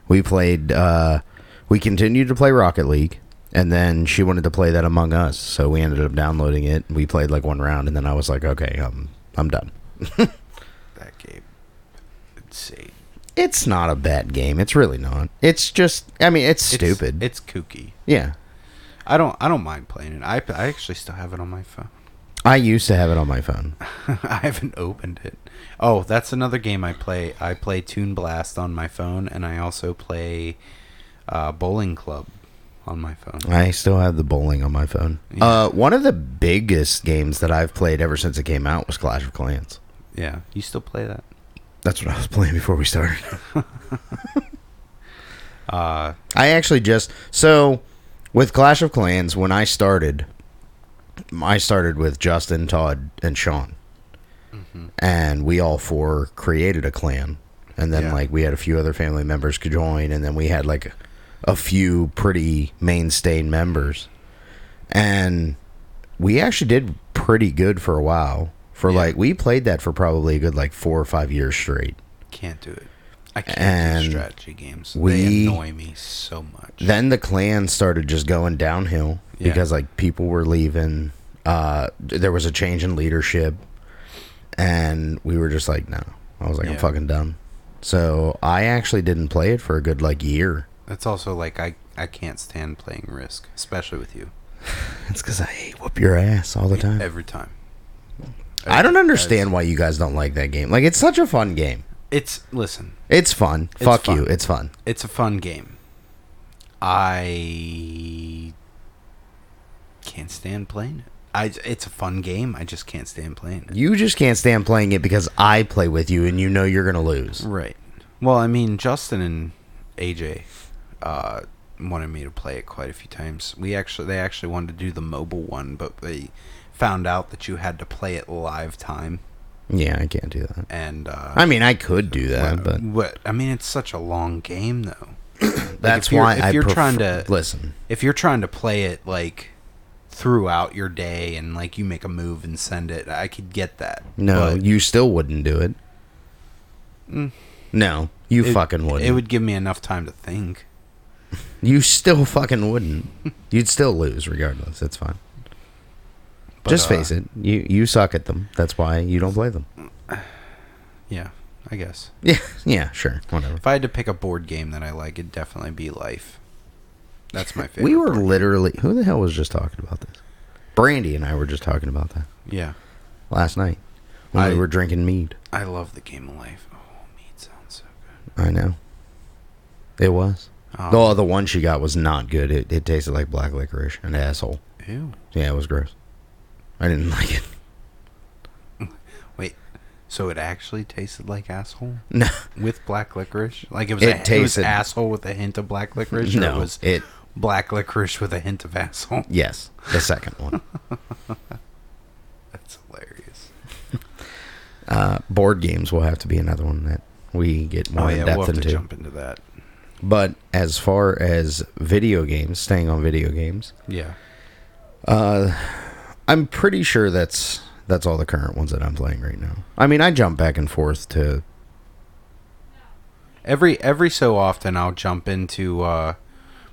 Speaker 2: We played uh we continued to play Rocket League and then she wanted to play that Among Us, so we ended up downloading it. We played like one round and then I was like, "Okay, um I'm done."
Speaker 1: that game. Let's see.
Speaker 2: It's not a bad game. It's really not. It's just I mean, it's stupid.
Speaker 1: It's, kooky.
Speaker 2: yeah.
Speaker 1: I don't. I don't mind playing it. I, I actually still have it on my phone. *laughs*
Speaker 2: I used to have it on my phone.
Speaker 1: I haven't opened it. Oh, that's another game I play. I play Toon Blast on my phone, and I also play uh, Bowling Club on my phone.
Speaker 2: I still have the bowling on my phone.
Speaker 1: Yeah.
Speaker 2: Uh one of the biggest games that I've played ever since it came out was Clash of Clans.
Speaker 1: Yeah, you still play that?
Speaker 2: That's what I was playing before we started.
Speaker 1: *laughs* Uh,
Speaker 2: I actually just so with Clash of Clans when I started, I started with Justin, Todd, and Sean,
Speaker 1: Mm-hmm.
Speaker 2: and we all four created a clan, and then
Speaker 1: Yeah.
Speaker 2: like we had a few other family members could join, and then we had like a few pretty mainstay members, and we actually did pretty good for a while. For
Speaker 1: Yeah.
Speaker 2: like we played that for probably a good like four or five years straight.
Speaker 1: can't do it. I can't do
Speaker 2: And
Speaker 1: strategy games. they
Speaker 2: we-
Speaker 1: annoy me so much.
Speaker 2: then the clan started just going downhill
Speaker 1: Yeah.
Speaker 2: because like people were leaving uh there was a change in leadership and we were just like no i was like i'm
Speaker 1: Yeah.
Speaker 2: fucking done so i actually didn't play it for a good like year
Speaker 1: That's also like I I can't stand playing Risk, especially with you.
Speaker 2: it's because i whoop your ass all the time
Speaker 1: Every time.
Speaker 2: i don't understand why you guys don't like that game like it's such a fun game
Speaker 1: It's listen.
Speaker 2: it's fun fuck you
Speaker 1: fun.
Speaker 2: it's fun
Speaker 1: it's a fun game. I can't stand playing it. I it's a fun game. I just can't stand playing it.
Speaker 2: you just can't stand playing it because i play with you and you know you're gonna lose
Speaker 1: Right. Well, I mean, Justin and AJ uh, wanted me to play it quite a few times. We actually they actually wanted to do the mobile one, but they found out that you had to play it live time
Speaker 2: yeah i can't do that
Speaker 1: and uh
Speaker 2: i mean i could do that but
Speaker 1: what I mean it's such a long game though.
Speaker 2: That's
Speaker 1: if you're-
Speaker 2: why
Speaker 1: if
Speaker 2: I
Speaker 1: you're
Speaker 2: prefer-
Speaker 1: trying to-
Speaker 2: listen.
Speaker 1: if you're trying to play it like throughout your day and like you make a move and send it, I could get that.
Speaker 2: No,
Speaker 1: But
Speaker 2: you still wouldn't do it. No, you
Speaker 1: it-
Speaker 2: fucking wouldn't.
Speaker 1: It would give me enough time to think.
Speaker 2: you still fucking
Speaker 1: *laughs*
Speaker 2: wouldn't. You'd still lose regardless. It's fine. Just
Speaker 1: uh,
Speaker 2: face it. You you suck at them. That's why you don't play them. *laughs*
Speaker 1: Yeah, I guess.
Speaker 2: Yeah, yeah, sure, whatever.
Speaker 1: If I had to pick a board game that I like, it'd definitely be Life. That's my favorite.
Speaker 2: *laughs* We were
Speaker 1: board.
Speaker 2: literally. Who the hell was just talking about this? Brandy and I were just talking about that
Speaker 1: yeah.
Speaker 2: last night when
Speaker 1: I-
Speaker 2: we were drinking mead.
Speaker 1: I love the game of Life. Oh, meat sounds so good.
Speaker 2: I know. It was.
Speaker 1: Oh,
Speaker 2: Oh, the one she got was not good. It, it tasted like black licorice, an asshole.
Speaker 1: ew.
Speaker 2: Yeah, it was gross. I didn't *laughs* like it.
Speaker 1: So it actually tasted like asshole
Speaker 2: No,
Speaker 1: with black licorice. Like it was,
Speaker 2: It
Speaker 1: a, it was
Speaker 2: tasted-
Speaker 1: asshole with a hint of black licorice. or
Speaker 2: no,
Speaker 1: it was
Speaker 2: it.
Speaker 1: black licorice with a hint of asshole.
Speaker 2: Yes, the second one.
Speaker 1: That's hilarious.
Speaker 2: Uh, board games will have to be another one that we get more
Speaker 1: oh
Speaker 2: in
Speaker 1: yeah,
Speaker 2: depth
Speaker 1: we'll have to
Speaker 2: into.
Speaker 1: jump into that.
Speaker 2: But as far as video games, staying on video games,
Speaker 1: Yeah.
Speaker 2: uh, I'm pretty sure that's that's all the current ones that I'm playing right now. I mean, I jump back and forth to
Speaker 1: Every every so often I'll jump into uh,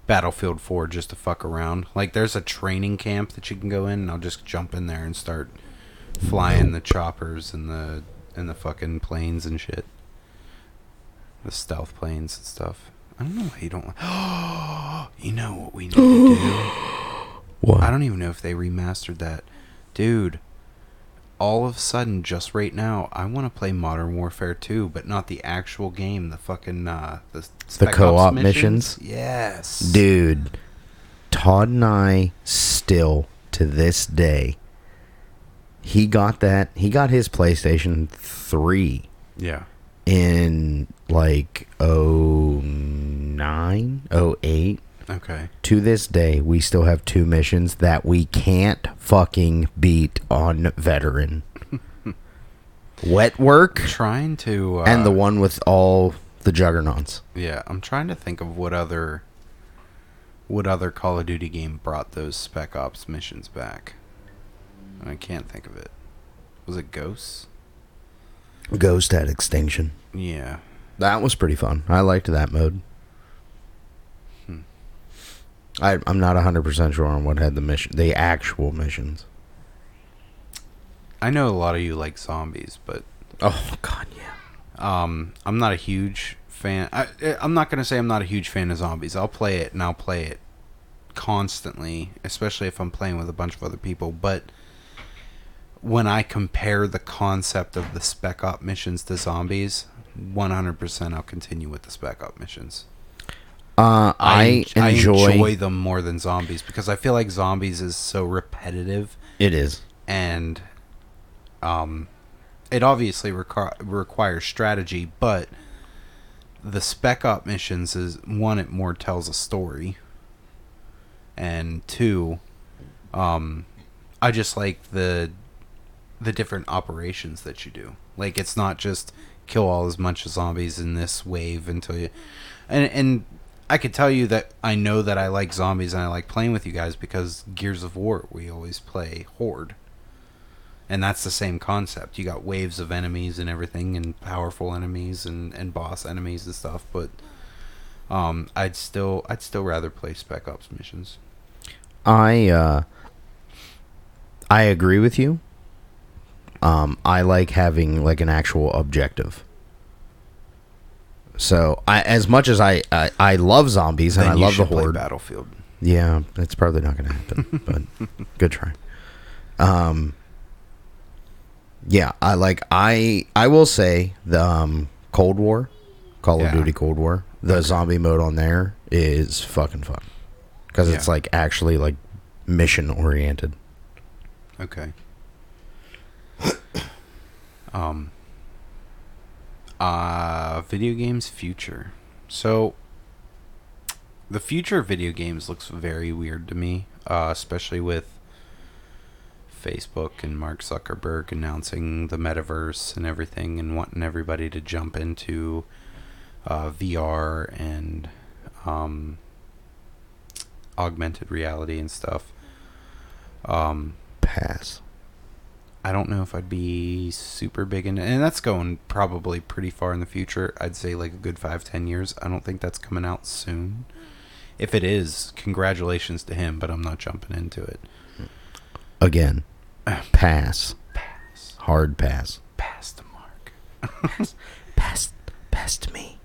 Speaker 1: Battlefield 4 just to fuck around. Like there's a training camp that you can go in and I'll just jump in there and start flying the choppers and the and the fucking planes and shit. The stealth planes and stuff. I don't know why you don't like *gasps* You know what we need to do?
Speaker 2: what?
Speaker 1: I don't even know if they remastered that. Dude, all of a sudden, just right now, I want to play Modern Warfare 2, but not the actual game. The fucking, uh, the, Spec Ops
Speaker 2: co-op missions?
Speaker 1: Yes.
Speaker 2: Dude, Todd and I still to this day. He got that. He got his PlayStation 3
Speaker 1: Yeah.
Speaker 2: in like 09, 08.
Speaker 1: Okay.
Speaker 2: To this day, we still have two missions that we can't fucking beat on *laughs* veteran. Wet work
Speaker 1: Trying to, uh,
Speaker 2: and the one with all the juggernauts.
Speaker 1: yeah, I'm trying to think of what other, what other Call of Duty game brought those Spec Ops missions back. I can't think of it. Was it Ghosts?
Speaker 2: Ghost at extinction.
Speaker 1: Yeah.
Speaker 2: That was pretty fun. I liked that mode.
Speaker 1: Hmm.
Speaker 2: I, I'm not 100% sure on what had the mission, the actual missions.
Speaker 1: I know a lot of you like zombies, but
Speaker 2: Oh, God, yeah.
Speaker 1: Um, I'm not a huge fan. I, I- I'm not gonna say I'm not a huge fan of zombies. I'll play it and I'll play it constantly, especially if I'm playing with a bunch of other people. But when I compare the concept of the spec op missions to zombies, 100% I'll continue with the spec op missions.
Speaker 2: Uh, I,
Speaker 1: en-
Speaker 2: enjoy,
Speaker 1: I enjoy them more than zombies because I feel like zombies is so repetitive
Speaker 2: It is.
Speaker 1: and um, it obviously requir- requires strategy, but the spec op missions is one it more tells a story, and two, um, I just like the the different operations that you do. Like it's not just kill all as much zombies in this wave until you, and and. I could tell you that I know that I like zombies and I like playing with you guys because Gears of War, we always play Horde and that's the same concept you got waves of enemies and everything and powerful enemies and, and boss enemies and stuff but um, i'd still i'd still rather play spec ops missions
Speaker 2: I, uh, I agree with you. Um, I like having like an actual objective. So I, as much as I, I, I love zombies and
Speaker 1: Then
Speaker 2: I
Speaker 1: you
Speaker 2: love the
Speaker 1: should play
Speaker 2: horde.
Speaker 1: battlefield
Speaker 2: Yeah, that's probably not going
Speaker 1: *laughs*
Speaker 2: to happen, but good try. Um, yeah, I like I I will say the um, Cold War, Call
Speaker 1: Yeah.
Speaker 2: of Duty Cold War, the zombie mode on there is fucking fun because it's
Speaker 1: Yeah.
Speaker 2: like actually like mission oriented.
Speaker 1: okay *coughs* um uh video games future so the future of video games looks very weird to me uh, especially with Facebook and Mark Zuckerberg announcing the metaverse and everything and wanting everybody to jump into uh, VR and um, augmented reality and stuff. Um,
Speaker 2: Pass.
Speaker 1: I don't know if I'd be super big in and that's going probably pretty far in the future. I'd say like a good five, ten years. I don't think that's coming out soon. If it is, congratulations to him, but I'm not jumping into it. *sighs*
Speaker 2: Again, pass.
Speaker 1: Pass.
Speaker 2: Hard pass.
Speaker 1: Pass the mark.
Speaker 2: Pass. Pass to me.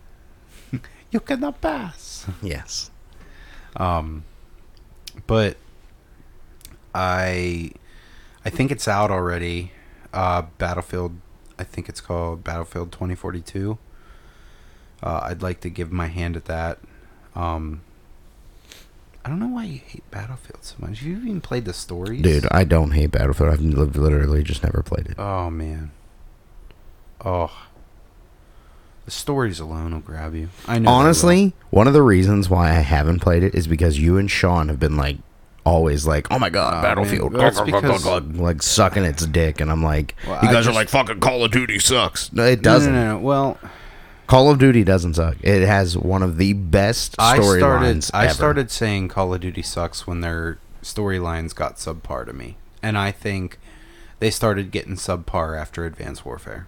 Speaker 1: You cannot pass.
Speaker 2: Yes.
Speaker 1: Um, but I, I think it's out already. Uh, Battlefield, I think it's called Battlefield 2042. Uh, I'd like to give my hand at that. Um, I don't know why you hate Battlefield so much. You even played the stories,
Speaker 2: Dude, I don't hate Battlefield. I've li- literally just never played it.
Speaker 1: Oh man. Oh. The stories alone will grab you. I know. they will.
Speaker 2: Honestly, one of the reasons why I haven't played it is because you and Sean have been like always like, "Oh my god,
Speaker 1: Oh,
Speaker 2: Battlefield."
Speaker 1: man. That's because-
Speaker 2: like sucking its dick and I'm like,
Speaker 1: Well,
Speaker 2: "You
Speaker 1: I
Speaker 2: guys are
Speaker 1: just-
Speaker 2: like fucking Call of Duty sucks." No, it
Speaker 1: No, no,
Speaker 2: doesn't.
Speaker 1: No, no, Well,
Speaker 2: Call of Duty doesn't suck. It has one of the best
Speaker 1: I started.
Speaker 2: storylines
Speaker 1: I
Speaker 2: ever.
Speaker 1: started saying Call of Duty sucks when their storylines got subpar to me, and I think they started getting subpar after Advanced Warfare.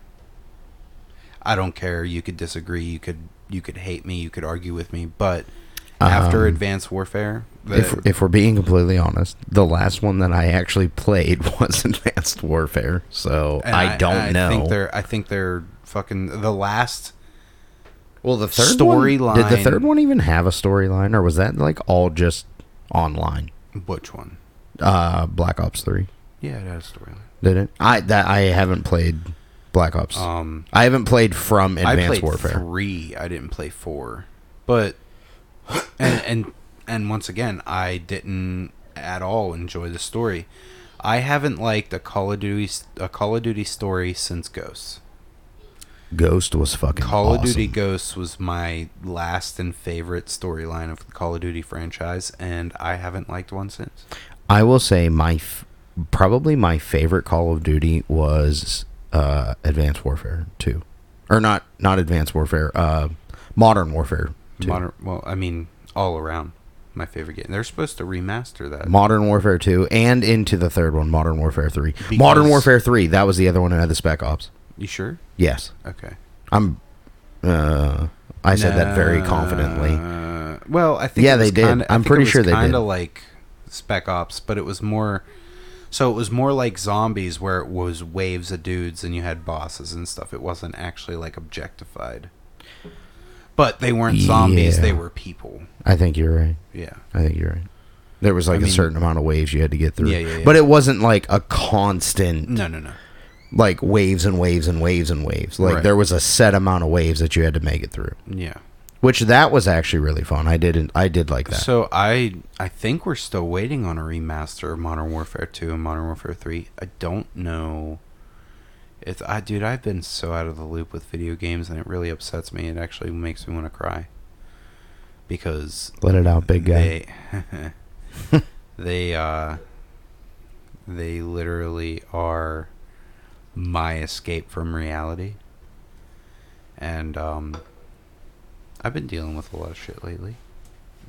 Speaker 1: I don't care. You could disagree. You could. You could hate me. You could argue with me. But after
Speaker 2: Um,
Speaker 1: Advanced Warfare, the,
Speaker 2: If, if we're being completely honest, the last one that I actually played *laughs* was Advanced Warfare, so
Speaker 1: and
Speaker 2: I, don't know.
Speaker 1: Think they're, I think they're fucking the last.
Speaker 2: well, the
Speaker 1: third
Speaker 2: storyline. Did the
Speaker 1: storyline-
Speaker 2: third one even have a storyline, or was that like all just online?
Speaker 1: Which one?
Speaker 2: Uh, Black Ops Three
Speaker 1: Yeah, it had a storyline.
Speaker 2: did it? I that I haven't played Black Ops.
Speaker 1: Um,
Speaker 2: I haven't played from Advanced
Speaker 1: I played
Speaker 2: Warfare.
Speaker 1: three. I didn't play four, but *coughs* and and and once again, I didn't at all enjoy the story. I haven't liked a Call of Duty s- a Call of Duty story since Ghosts.
Speaker 2: Ghost was fucking
Speaker 1: Call of
Speaker 2: awesome.
Speaker 1: Duty Ghosts was my last and favorite storyline of the Call of Duty franchise, and I haven't liked one since.
Speaker 2: I will say my f- probably my favorite Call of Duty was uh, Advanced Warfare Two, or not not Advanced Warfare, uh, Modern Warfare Two. Modern,
Speaker 1: Modern, well, I mean, all around, my favorite game. They're supposed to remaster that.
Speaker 2: Warfare Two, and into the third one, Modern Warfare Three. Modern
Speaker 1: Because-
Speaker 2: Warfare Three, that was the other one that had the Spec Ops.
Speaker 1: You sure?
Speaker 2: Yes,
Speaker 1: Okay.
Speaker 2: I'm. Uh, I said that very confidently.
Speaker 1: Uh, well, I think
Speaker 2: Yeah,
Speaker 1: it was
Speaker 2: they did.
Speaker 1: Kinda, I
Speaker 2: I'm
Speaker 1: think
Speaker 2: pretty
Speaker 1: it was
Speaker 2: sure they did.
Speaker 1: Kind of like Spec Ops, but it was more. So it was more like zombies, where it was waves of dudes and you had bosses and stuff. It wasn't actually like objectified. But they weren't zombies;
Speaker 2: Yeah.
Speaker 1: they were people.
Speaker 2: I think you're right.
Speaker 1: Yeah.
Speaker 2: I think you're right. There was like a
Speaker 1: mean-
Speaker 2: certain amount of waves you had to get through,
Speaker 1: Yeah, yeah, yeah.
Speaker 2: but it wasn't like a constant.
Speaker 1: No, no, no.
Speaker 2: like waves and waves and waves and waves. Like
Speaker 1: Right.
Speaker 2: there was a set amount of waves that you had to make it through,
Speaker 1: Yeah.
Speaker 2: which that was actually really fun. I didn't. I did like that.
Speaker 1: So I I think we're still waiting on a remaster of Modern Warfare 2 and Modern Warfare 3. I don't know. It's I dude, I've been so out of the loop with video games and it really upsets me. It actually makes me want to cry. Because
Speaker 2: Let it out, big guy.
Speaker 1: they *laughs* they uh they literally are my escape from reality. And um I've been dealing with a lot of shit lately.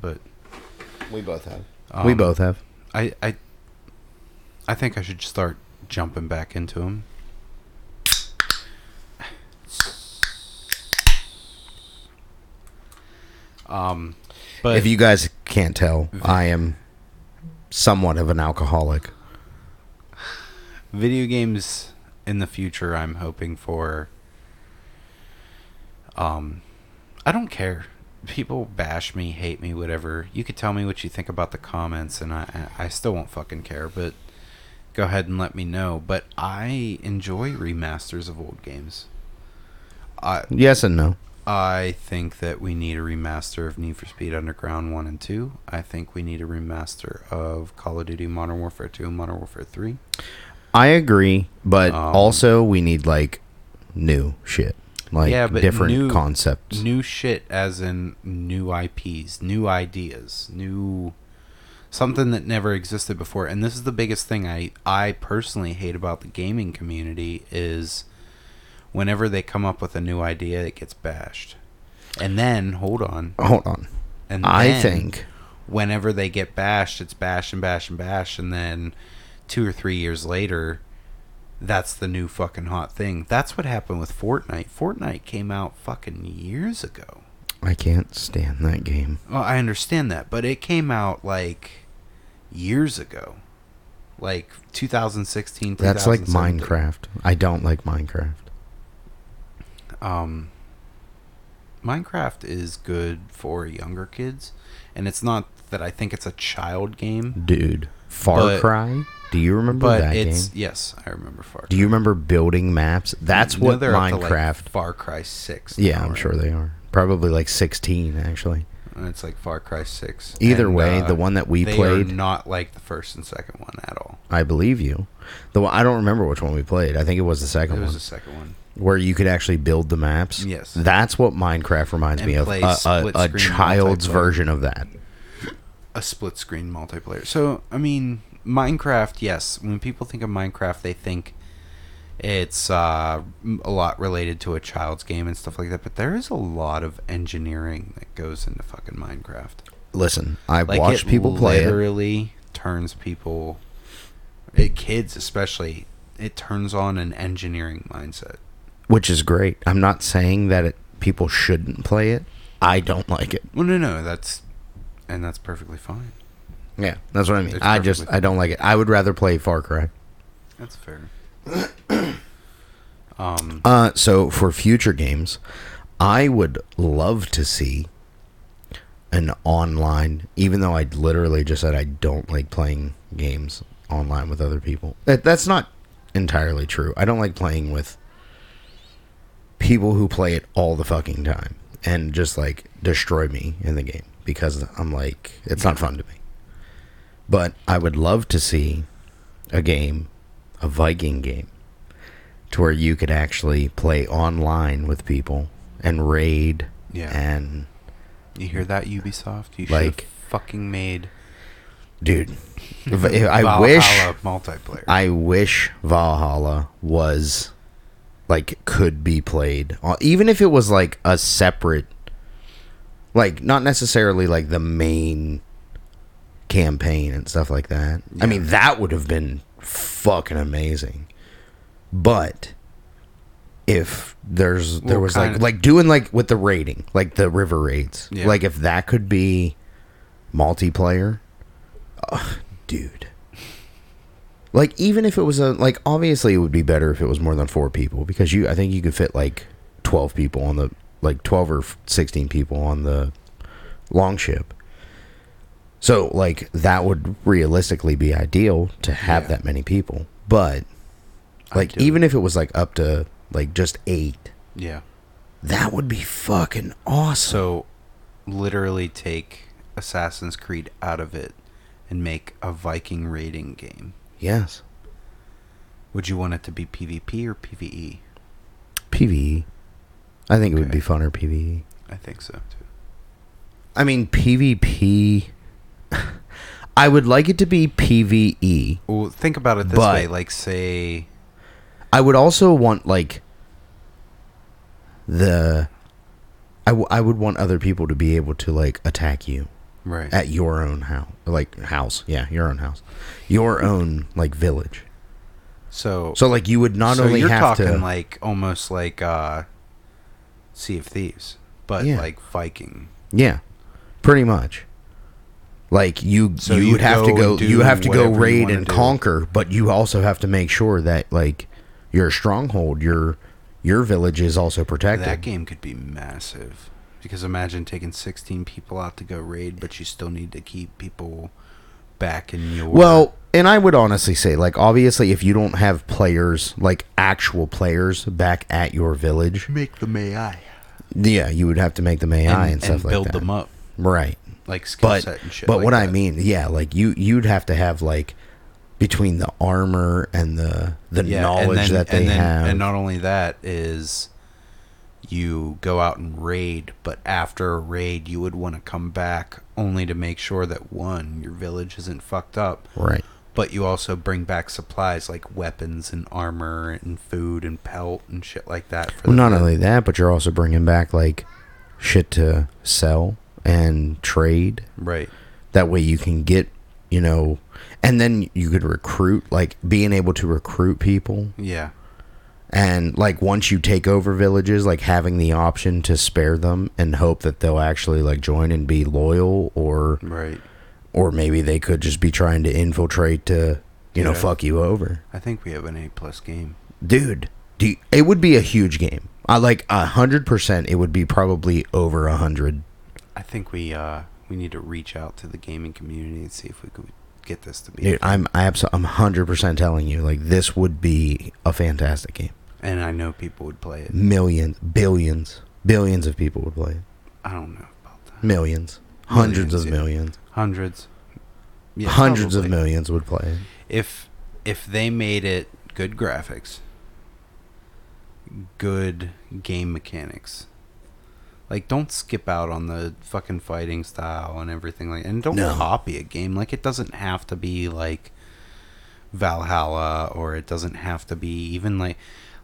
Speaker 1: But
Speaker 2: we both have.
Speaker 1: um,
Speaker 2: we both have.
Speaker 1: I, I I think I should start jumping back into them. Um, but
Speaker 2: if you guys can't tell, I am somewhat of an alcoholic.
Speaker 1: video games in the future, I'm hoping for. Um, I don't care. People bash me, hate me, whatever. You could tell me what you think about the comments, and I I I still won't fucking care. But go ahead and let me know. But I enjoy remasters of old games. I
Speaker 2: Yes and no.
Speaker 1: I think that we need a remaster of Need for Speed Underground 1 and 2. I think we need a remaster of Call of Duty Modern Warfare 2 and Modern Warfare 3.
Speaker 2: I agree, but
Speaker 1: Um,
Speaker 2: also we need like new shit, like
Speaker 1: Yeah, but
Speaker 2: different
Speaker 1: new-
Speaker 2: concepts.
Speaker 1: New shit, as in new IPs, new ideas, new something that never existed before. And this is the biggest thing I, I personally hate about the gaming community is whenever they come up with a new idea, it gets bashed. And then, hold on.
Speaker 2: Hold on.
Speaker 1: And
Speaker 2: I
Speaker 1: then-
Speaker 2: think
Speaker 1: whenever they get bashed, it's bash and bash and bash, and then two or three years later, that's the new fucking hot thing. That's what happened with Fortnite. Fortnite came out fucking years ago.
Speaker 2: I can't stand that game.
Speaker 1: Well, I understand that, but it came out like years ago. Like 2016,
Speaker 2: That's like
Speaker 1: 2017.
Speaker 2: Minecraft. I don't like Minecraft.
Speaker 1: um Minecraft is good for younger kids, and it's not that I think it's a child game,
Speaker 2: Dude, Far
Speaker 1: But-
Speaker 2: Cry. Do you remember
Speaker 1: but
Speaker 2: that game?
Speaker 1: it's yes, I remember Far
Speaker 2: Do you remember building maps? That's
Speaker 1: No,
Speaker 2: what
Speaker 1: they're up to, like,
Speaker 2: Minecraft.
Speaker 1: Far Cry Six.
Speaker 2: yeah,
Speaker 1: now,
Speaker 2: I'm
Speaker 1: right?
Speaker 2: sure they are. Probably like 16 actually.
Speaker 1: and it's like Far Cry Six.
Speaker 2: Either
Speaker 1: And,
Speaker 2: way,
Speaker 1: uh,
Speaker 2: the one that we
Speaker 1: they
Speaker 2: played,
Speaker 1: are not like the first and second one at all.
Speaker 2: I believe you. The one, I don't remember which one we played. I think it was the second
Speaker 1: It
Speaker 2: one,
Speaker 1: was the second one.
Speaker 2: where you could actually build the maps.
Speaker 1: Yes.
Speaker 2: that's what Minecraft reminds
Speaker 1: And
Speaker 2: me of.
Speaker 1: play
Speaker 2: A, a,
Speaker 1: split
Speaker 2: a
Speaker 1: screen
Speaker 2: child's
Speaker 1: multiplayer.
Speaker 2: version of that.
Speaker 1: a split screen multiplayer. So, I mean, Minecraft, yes. When people think of Minecraft, they think it's uh, m- a lot related to a child's game and stuff like that. But there is a lot of engineering that goes into fucking Minecraft.
Speaker 2: Listen, I've
Speaker 1: Like
Speaker 2: watched
Speaker 1: it
Speaker 2: people play it.
Speaker 1: literally turns people, it, kids especially, it turns on an engineering mindset.
Speaker 2: which is great. I'm not saying that it, people shouldn't play it. I don't like it.
Speaker 1: Well, no, no, that's and that's perfectly fine.
Speaker 2: Yeah, that's what I mean.
Speaker 1: It's
Speaker 2: I just
Speaker 1: perfectly-
Speaker 2: I don't like it. I would rather play Far Cry.
Speaker 1: That's fair. um,
Speaker 2: Uh, so for future games, I would love to see an online. Even though I literally just said I don't like playing games online with other people. That that's not entirely true. I don't like playing with people who play it all the fucking time and just like destroy me in the game because I'm like it's not fun to me. But I would love to see a game, a Viking game to where you could actually play online with people and raid
Speaker 1: yeah.
Speaker 2: and
Speaker 1: You hear that, Ubisoft? You
Speaker 2: Like-
Speaker 1: should fucking made
Speaker 2: dude if- if- i
Speaker 1: Valhalla
Speaker 2: wish
Speaker 1: multiplayer.
Speaker 2: i wish valhalla was like could be played on- even if it was like a separate like not necessarily like the main campaign and stuff like that i mean that would have been fucking amazing but if there's there
Speaker 1: Well,
Speaker 2: was like
Speaker 1: kinda-
Speaker 2: like doing like with the raiding like the river raids
Speaker 1: Yeah.
Speaker 2: like if that could be multiplayer ugh, dude like even if it was a like obviously it would be better if it was more than four people because you i think you could fit like 12 people on the like 12 or 16 people on the long ship so like that would realistically be ideal to have
Speaker 1: Yeah.
Speaker 2: that many people but like
Speaker 1: do.
Speaker 2: even if it was like up to like just eight
Speaker 1: yeah.
Speaker 2: that would be fucking awesome
Speaker 1: So, literally take Assassin's Creed out of it and make a Viking raiding game.
Speaker 2: yes
Speaker 1: Would you want it to be PvP or PvE?
Speaker 2: pve E. i think it would
Speaker 1: Okay.
Speaker 2: be funner pve
Speaker 1: I think so too.
Speaker 2: I mean PvP. *laughs* I would like it to be E. PvE.
Speaker 1: Well, think about it this
Speaker 2: But-
Speaker 1: way: like, say,
Speaker 2: I would also want like the. I, w- I would want other people to be able to like attack you
Speaker 1: right?
Speaker 2: at your own house, like house, yeah, your own house, your own like village.
Speaker 1: so,
Speaker 2: So like you would not
Speaker 1: so
Speaker 2: only
Speaker 1: you're
Speaker 2: have
Speaker 1: talking
Speaker 2: to
Speaker 1: like almost like uh, Sea of Thieves, but
Speaker 2: Yeah.
Speaker 1: like Viking.
Speaker 2: Yeah, pretty much. Like you,
Speaker 1: So
Speaker 2: you
Speaker 1: you
Speaker 2: would have to
Speaker 1: go
Speaker 2: go.
Speaker 1: and do
Speaker 2: You have to go
Speaker 1: whatever you
Speaker 2: raid
Speaker 1: wanna
Speaker 2: and
Speaker 1: do.
Speaker 2: conquer, but you also have to make sure that like your stronghold, your your village is also protected.
Speaker 1: That game could be massive. Because imagine taking 16 people out to go raid, but you still need to keep people back in your.
Speaker 2: Well, and I would honestly say, like, obviously, if you don't have players, like actual players, back at your village,
Speaker 1: make them AI.
Speaker 2: yeah, you would have to make them AI and,
Speaker 1: and
Speaker 2: stuff like
Speaker 1: build
Speaker 2: that.
Speaker 1: them up,
Speaker 2: right?
Speaker 1: like skill
Speaker 2: but
Speaker 1: set and shit.
Speaker 2: but
Speaker 1: like
Speaker 2: what I
Speaker 1: that.
Speaker 2: mean, yeah, like you you'd have to have like between the armor and the the
Speaker 1: yeah,
Speaker 2: knowledge
Speaker 1: and then,
Speaker 2: that they
Speaker 1: and then,
Speaker 2: have.
Speaker 1: And not only that is you go out and raid, but after a raid, you would want to come back only to make sure that one, your village isn't fucked up,
Speaker 2: right.
Speaker 1: but you also bring back supplies like weapons and armor and food and pelt and shit like that. For
Speaker 2: Well,
Speaker 1: the
Speaker 2: not
Speaker 1: men.
Speaker 2: only that, but you're also bringing back like shit to sell and trade.
Speaker 1: Right.
Speaker 2: That way you can get, you know, and then you could recruit like being able to recruit people
Speaker 1: Yeah.
Speaker 2: and like once you take over villages like having the option to spare them and hope that they'll actually like join and be loyal or
Speaker 1: Right.
Speaker 2: or maybe they could just be trying to infiltrate to you know
Speaker 1: Yeah.
Speaker 2: fuck you over
Speaker 1: I think we have an A plus game.
Speaker 2: dude do you- it would be a huge game i like a hundred percent it would be probably over a hundred
Speaker 1: I think we uh we need to reach out to the gaming community and see if we could get this to be.
Speaker 2: dude i'm I abso- i'm hundred percent telling you like this would be a fantastic game
Speaker 1: And I know people would play it.
Speaker 2: millions billions billions of people would play it
Speaker 1: I don't know about that.
Speaker 2: millions hundreds of
Speaker 1: yeah.
Speaker 2: millions,
Speaker 1: Hundreds. Yeah,
Speaker 2: hundreds of
Speaker 1: probably.
Speaker 2: millions would play it.
Speaker 1: If if they made it good graphics, good game mechanics. Like don't skip out on the fucking fighting style and everything like and don't
Speaker 2: No.
Speaker 1: copy a game. Like it doesn't have to be like Valhalla or it doesn't have to be even like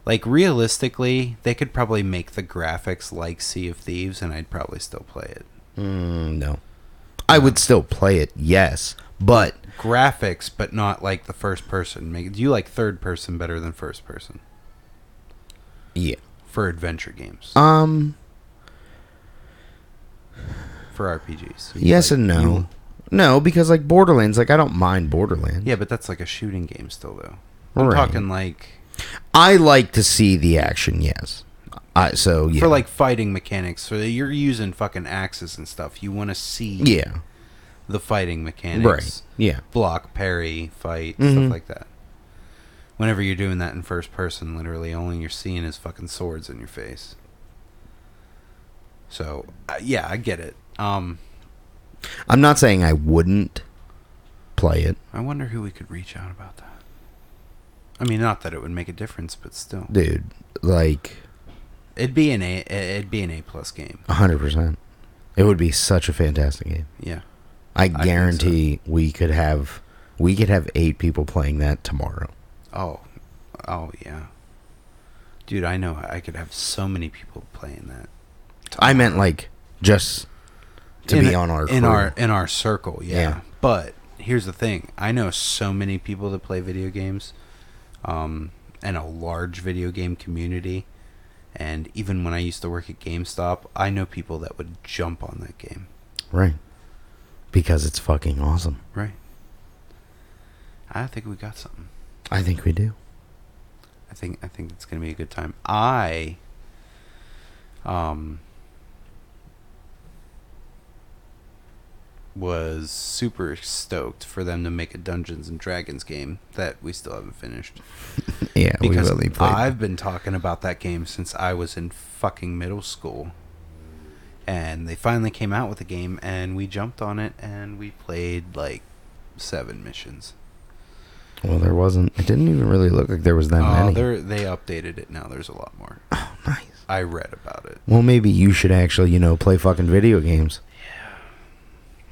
Speaker 1: like realistically, they could probably make the graphics like Sea of Thieves and I'd probably still play it.
Speaker 2: Mm, no, I would still play it. Yes, but
Speaker 1: graphics, but not like the first person. Make do you like third person better than first person
Speaker 2: yeah.
Speaker 1: for adventure games
Speaker 2: Um.
Speaker 1: for RPGs?
Speaker 2: Yes
Speaker 1: Like,
Speaker 2: and no.
Speaker 1: you-
Speaker 2: no, because like Borderlands, like I don't mind Borderlands.
Speaker 1: yeah, but that's like a shooting game still, though. I'm
Speaker 2: Right.
Speaker 1: talking like
Speaker 2: I like to see the action. Yes. I so yeah.
Speaker 1: for like fighting mechanics. So that you're using fucking axes and stuff. You want to see
Speaker 2: yeah.
Speaker 1: the fighting mechanics,
Speaker 2: Right. Yeah.
Speaker 1: block, parry, fight,
Speaker 2: Mhm.
Speaker 1: stuff like that. Whenever you're doing that in first person, literally, only you're seeing is fucking swords in your face. So uh, yeah, I get it. Um,
Speaker 2: I'm not saying I wouldn't play it.
Speaker 1: I wonder who we could reach out about that. I mean, not that it would make a difference, but still,
Speaker 2: Dude, like
Speaker 1: it'd be an A. It'd be an A plus game.
Speaker 2: 100%. It would be such a fantastic game.
Speaker 1: Yeah,
Speaker 2: I
Speaker 1: think so.
Speaker 2: guarantee we could have we could have 8 people playing that tomorrow.
Speaker 1: Oh, oh yeah, dude. I know. I could have so many people playing that.
Speaker 2: I meant like just to
Speaker 1: In-
Speaker 2: be on our
Speaker 1: in
Speaker 2: crew.
Speaker 1: our in our circle. Yeah.
Speaker 2: Yeah.
Speaker 1: But here's the thing. I know so many people that play video games, um, and a large video game community. And even when I used to work at GameStop, I know people that would jump on that game.
Speaker 2: right. Because it's fucking awesome.
Speaker 1: Right. I think we got something.
Speaker 2: I think we do.
Speaker 1: I think I think it's gonna be a good time. I um was super stoked for them to make a Dungeons and Dragons game that we still haven't finished.
Speaker 2: Yeah,
Speaker 1: Because
Speaker 2: we've only played
Speaker 1: I've been talking about that game since I was in fucking middle school. And they finally came out with the game and we jumped on it and we played like seven missions.
Speaker 2: Well, there wasn't. It didn't even really look like there was that
Speaker 1: Uh,
Speaker 2: many.
Speaker 1: they're- they updated it now. There's a lot more.
Speaker 2: Oh, nice.
Speaker 1: I read about it.
Speaker 2: Well, maybe you should actually, you know, play fucking video games.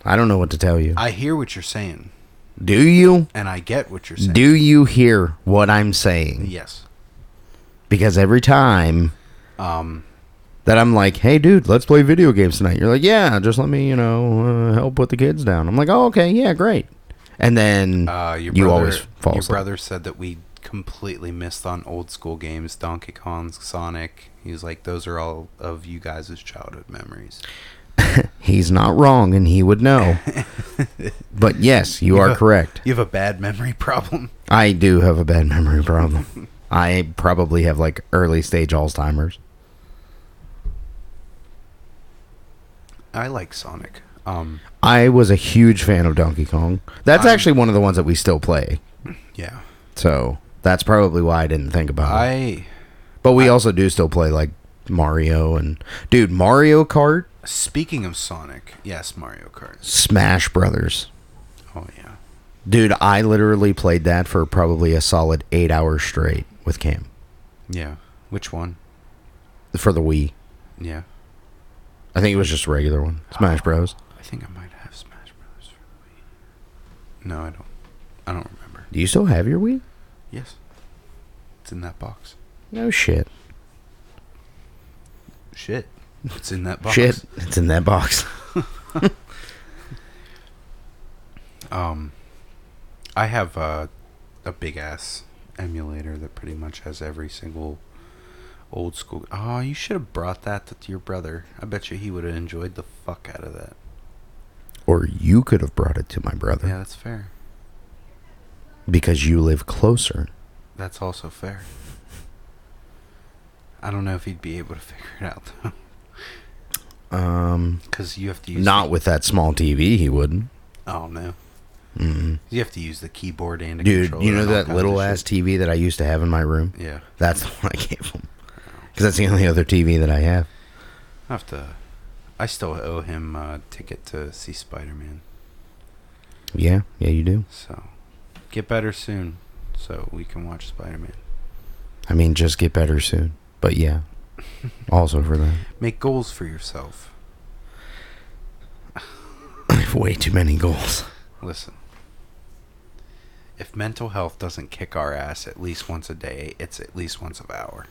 Speaker 2: I don't know what to tell you.
Speaker 1: I hear what you're saying,
Speaker 2: Do you?
Speaker 1: and I get what you're saying.
Speaker 2: Do you hear what I'm saying?
Speaker 1: yes.
Speaker 2: Because every time
Speaker 1: Um,
Speaker 2: that I'm like, "Hey, dude, let's play video games tonight," you're like, "Yeah, just let me, you know, uh, help put the kids down." I'm like, "Oh, okay, yeah, great." And then
Speaker 1: uh, your brother,
Speaker 2: You always fall
Speaker 1: your
Speaker 2: asleep.
Speaker 1: brother said that we completely missed on old school games, Donkey Kong, Sonic. He was like, those are all of you guys' childhood memories.
Speaker 2: he's not wrong, and he
Speaker 1: *laughs*
Speaker 2: would know. but yes, you are
Speaker 1: Yeah.
Speaker 2: correct.
Speaker 1: You have a bad memory *laughs* problem.
Speaker 2: I do have a bad
Speaker 1: *laughs*
Speaker 2: memory problem. I probably have like early stage Alzheimer's.
Speaker 1: I like Sonic. Um,
Speaker 2: I was a huge fan of Donkey Kong. That's
Speaker 1: I'm-
Speaker 2: actually one of the ones that we still play.
Speaker 1: yeah.
Speaker 2: So that's probably why I didn't think about it.
Speaker 1: I
Speaker 2: But we also do still play like Mario and dude Mario Kart,
Speaker 1: speaking of Sonic, yes, Mario Kart.
Speaker 2: Smash Brothers.
Speaker 1: Oh yeah.
Speaker 2: Dude, I literally played that for probably a solid eight hours straight with Cam
Speaker 1: Yeah. Which one?
Speaker 2: for the Wii.
Speaker 1: Yeah.
Speaker 2: I think it was just a regular one, Smash Bros.
Speaker 1: I think I might have Smash Brothers for the Wii. No, I don't. I don't remember.
Speaker 2: Do you still have your Wii?
Speaker 1: Yes. It's in that box.
Speaker 2: No shit.
Speaker 1: Shit. It's in that box.
Speaker 2: Shit, it's in that box.
Speaker 1: Um I have a a big ass emulator that pretty much has every single old school Oh, you should have brought that to your brother. I bet you he would have enjoyed the fuck out of that.
Speaker 2: Or you could have brought it to my brother
Speaker 1: Yeah, that's fair.
Speaker 2: because you live closer.
Speaker 1: That's also fair. I don't know if he'd be able to *laughs* figure it out though.
Speaker 2: Um,
Speaker 1: Cuz you have to use
Speaker 2: not with that small TV, he wouldn't.
Speaker 1: the, Oh no.
Speaker 2: Mm.
Speaker 1: You have to use the keyboard and a
Speaker 2: Dude,
Speaker 1: controller
Speaker 2: you know
Speaker 1: and all
Speaker 2: that
Speaker 1: kinds
Speaker 2: little
Speaker 1: of
Speaker 2: ass
Speaker 1: shit.
Speaker 2: TV that I used to have in my room?
Speaker 1: Yeah.
Speaker 2: *laughs* That's the one I gave him because that's the only other TV that I have.
Speaker 1: I have to. I I still owe him a ticket to see Spider Man.
Speaker 2: Yeah, yeah, you do.
Speaker 1: So get better soon so we can watch Spider Man.
Speaker 2: I mean, just get better soon.
Speaker 1: *laughs*
Speaker 2: But yeah, also for that.
Speaker 1: Make goals for yourself.
Speaker 2: I have way too many goals.
Speaker 1: Listen. If mental health doesn't kick our ass at least once a day, it's at least once an hour.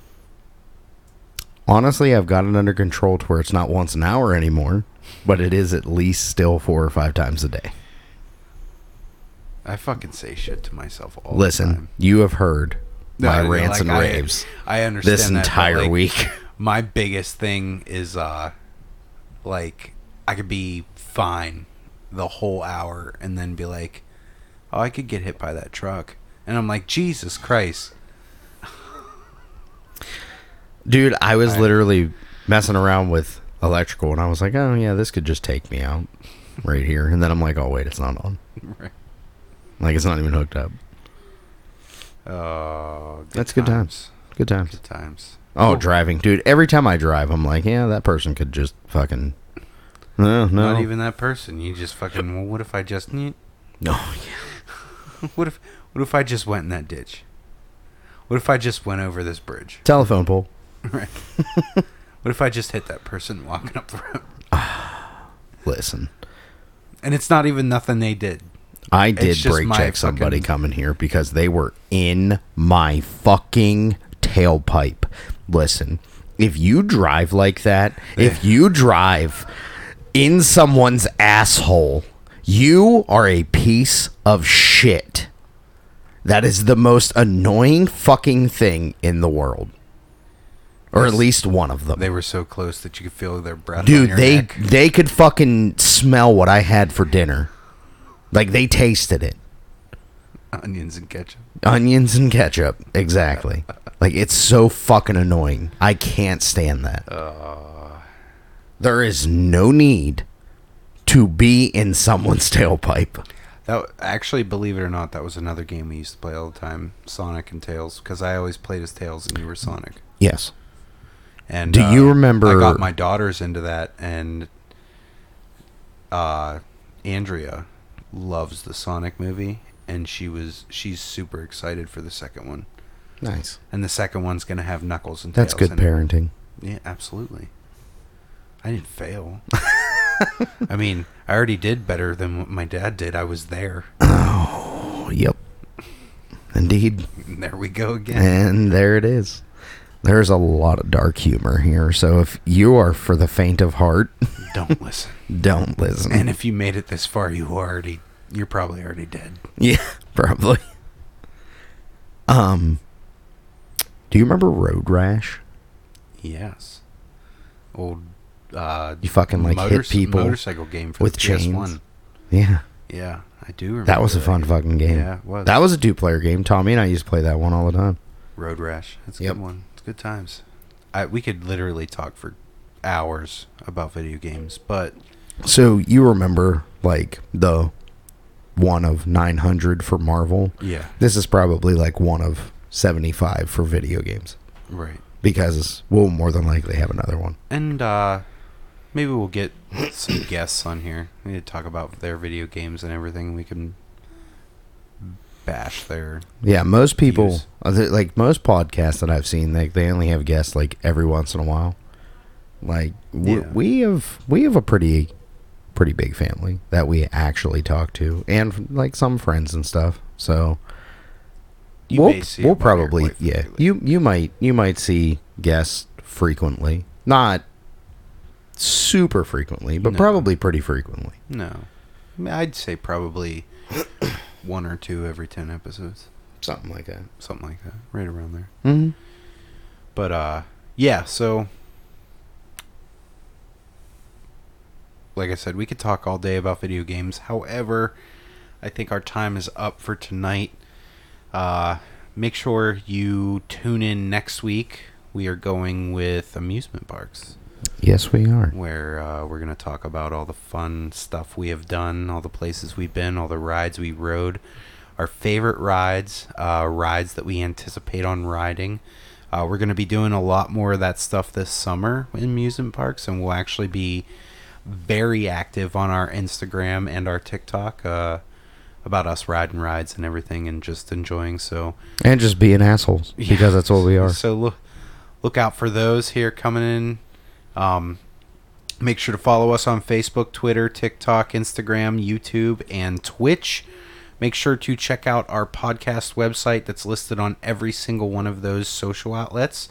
Speaker 2: Honestly, I've got it under control to where it's not once an hour anymore, but it is at least still four or five times a day.
Speaker 1: I fucking say shit to myself all the
Speaker 2: Listen,
Speaker 1: time.
Speaker 2: you have heard
Speaker 1: No,
Speaker 2: my
Speaker 1: no,
Speaker 2: rants
Speaker 1: like,
Speaker 2: and
Speaker 1: I-
Speaker 2: raves
Speaker 1: I understand
Speaker 2: this
Speaker 1: that, but,
Speaker 2: entire
Speaker 1: like,
Speaker 2: week.
Speaker 1: *laughs* my biggest thing is uh like I could be fine the whole hour and then be like, Oh, I could get hit by that truck and I'm like, Jesus Christ.
Speaker 2: Dude, I was
Speaker 1: I-
Speaker 2: literally messing around with electrical and I was like, oh, yeah, this could just take me out right here. And then I'm like, oh, wait, it's not on.
Speaker 1: *laughs* Right.
Speaker 2: Like, it's not even hooked up.
Speaker 1: Oh
Speaker 2: That's good Good times.
Speaker 1: Good times.
Speaker 2: Oh,
Speaker 1: Cool.
Speaker 2: driving. Dude, every time I drive, I'm like, yeah, that person could just fucking. No, no.
Speaker 1: Not even that person. You just fucking well what if I just *laughs* nyeh?
Speaker 2: No.
Speaker 1: what if what if I just went in that ditch? What if I just went over this bridge?
Speaker 2: Telephone pole.
Speaker 1: Right. what if I just hit that person walking up the road?
Speaker 2: Listen,
Speaker 1: And it's not even nothing they did.
Speaker 2: I did
Speaker 1: just
Speaker 2: brake
Speaker 1: my
Speaker 2: check somebody
Speaker 1: fucking-
Speaker 2: coming here because they were in my fucking tailpipe. Listen, if you drive like that,
Speaker 1: *sighs*
Speaker 2: if you drive in someone's asshole, you are a piece of shit. That is the most annoying fucking thing in the world. Or at least one of them.
Speaker 1: They were so close that you could feel their breath. on
Speaker 2: Dude,
Speaker 1: your
Speaker 2: they
Speaker 1: neck. *laughs*
Speaker 2: they could fucking smell what I had for dinner. Like they tasted it.
Speaker 1: onions and ketchup.
Speaker 2: Onions and ketchup. Exactly. Like it's so fucking annoying. I can't stand that. Uh. there is no need to be in someone's *laughs* tailpipe.
Speaker 1: That actually, believe it or not, that was another game we used to play all the time, Sonic and Tails, because I always played as Tails and you were Sonic.
Speaker 2: Yes.
Speaker 1: And
Speaker 2: Do
Speaker 1: uh,
Speaker 2: you remember-
Speaker 1: I got my daughters into that, and uh, Andrea loves the Sonic movie, and she was she's super excited for the second one.
Speaker 2: Nice.
Speaker 1: And the second one's gonna have Knuckles and
Speaker 2: That's
Speaker 1: Tails.
Speaker 2: good
Speaker 1: in it.
Speaker 2: parenting.
Speaker 1: Yeah, absolutely. I didn't
Speaker 2: *laughs*
Speaker 1: fail. I mean, I already did better than what my dad did. I was there. *laughs*
Speaker 2: Oh, yep. Indeed.
Speaker 1: there we go again.
Speaker 2: And there it is. There's a lot of dark humor here. So if you are for the faint of heart, *laughs*
Speaker 1: *laughs* Don't listen.
Speaker 2: don't listen.
Speaker 1: And if you made it this far, you already you're probably already dead.
Speaker 2: *laughs* Yeah, probably. Um, do you remember Road Rash?
Speaker 1: Yes. Old uh
Speaker 2: You fucking like hit
Speaker 1: motors-
Speaker 2: people.
Speaker 1: motorcycle game for
Speaker 2: with
Speaker 1: the PS1.
Speaker 2: chains. Yeah,
Speaker 1: Yeah, I do remember.
Speaker 2: that was a fun
Speaker 1: game.
Speaker 2: fucking game.
Speaker 1: Yeah, it was.
Speaker 2: That was a two-player game. Tommy and I used to play that one all the time.
Speaker 1: Road Rash. That's a
Speaker 2: Yep.
Speaker 1: good one. It's good times. I, we could literally talk for hours about video games, but
Speaker 2: So you remember like the one of 900 for Marvel?
Speaker 1: yeah,
Speaker 2: This is probably like one of 75 for video games
Speaker 1: right.
Speaker 2: because we'll more than likely have another one.
Speaker 1: And uh maybe we'll get some *coughs* guests on here. We need to talk about their video games and everything. We can bash their
Speaker 2: Yeah, most people
Speaker 1: Views.
Speaker 2: uh, th- like most podcasts that I've seen, like they only have guests like every once in a while. Like we,
Speaker 1: Yeah.
Speaker 2: we have we have a pretty pretty big family that we actually talk to, and like some friends and stuff. So
Speaker 1: You
Speaker 2: we'll
Speaker 1: may see
Speaker 2: we'll
Speaker 1: them on here
Speaker 2: probably
Speaker 1: quite
Speaker 2: yeah
Speaker 1: frequently.
Speaker 2: you you might you might see guests frequently, not super frequently, but
Speaker 1: No.
Speaker 2: probably pretty frequently.
Speaker 1: No. I mean, I'd say probably *coughs* one or two every 10 episodes,
Speaker 2: Something like that.
Speaker 1: something like that, right around there.
Speaker 2: hmm
Speaker 1: But uh yeah, so like I said, we could talk all day about video games. However, I think our time is up for tonight. Uh make sure you tune in next week. We are going with amusement parks
Speaker 2: Yes, we are.
Speaker 1: where uh, we're going to talk about all the fun stuff we have done, all the places we've been, all the rides we rode, our favorite rides, uh, rides that we anticipate on riding. Uh, we're going to be doing a lot more of that stuff this summer in amusement parks, and we'll actually be very active on our Instagram and our TikTok uh, about us riding rides and everything and just enjoying. So
Speaker 2: and just being assholes
Speaker 1: Yeah.
Speaker 2: because that's what we are.
Speaker 1: So look, look out for those here coming in. Um, make sure to follow us on Facebook, Twitter, TikTok, Instagram, YouTube, and Twitch. Make sure to check out our podcast website that's listed on every single one of those social outlets.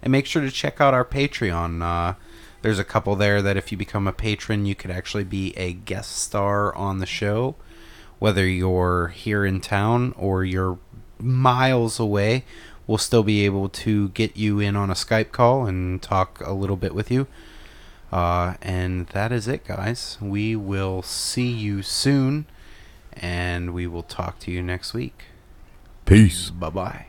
Speaker 1: And make sure to check out our Patreon. Uh, there's a couple there that if you become a patron, you could actually be a guest star on the show whether you're here in town or you're miles away, we'll still be able to get you in on a Skype call and talk a little bit with you. Uh, and that is it, guys. We will see you soon, and we will talk to you next week.
Speaker 2: Peace.
Speaker 1: Bye bye.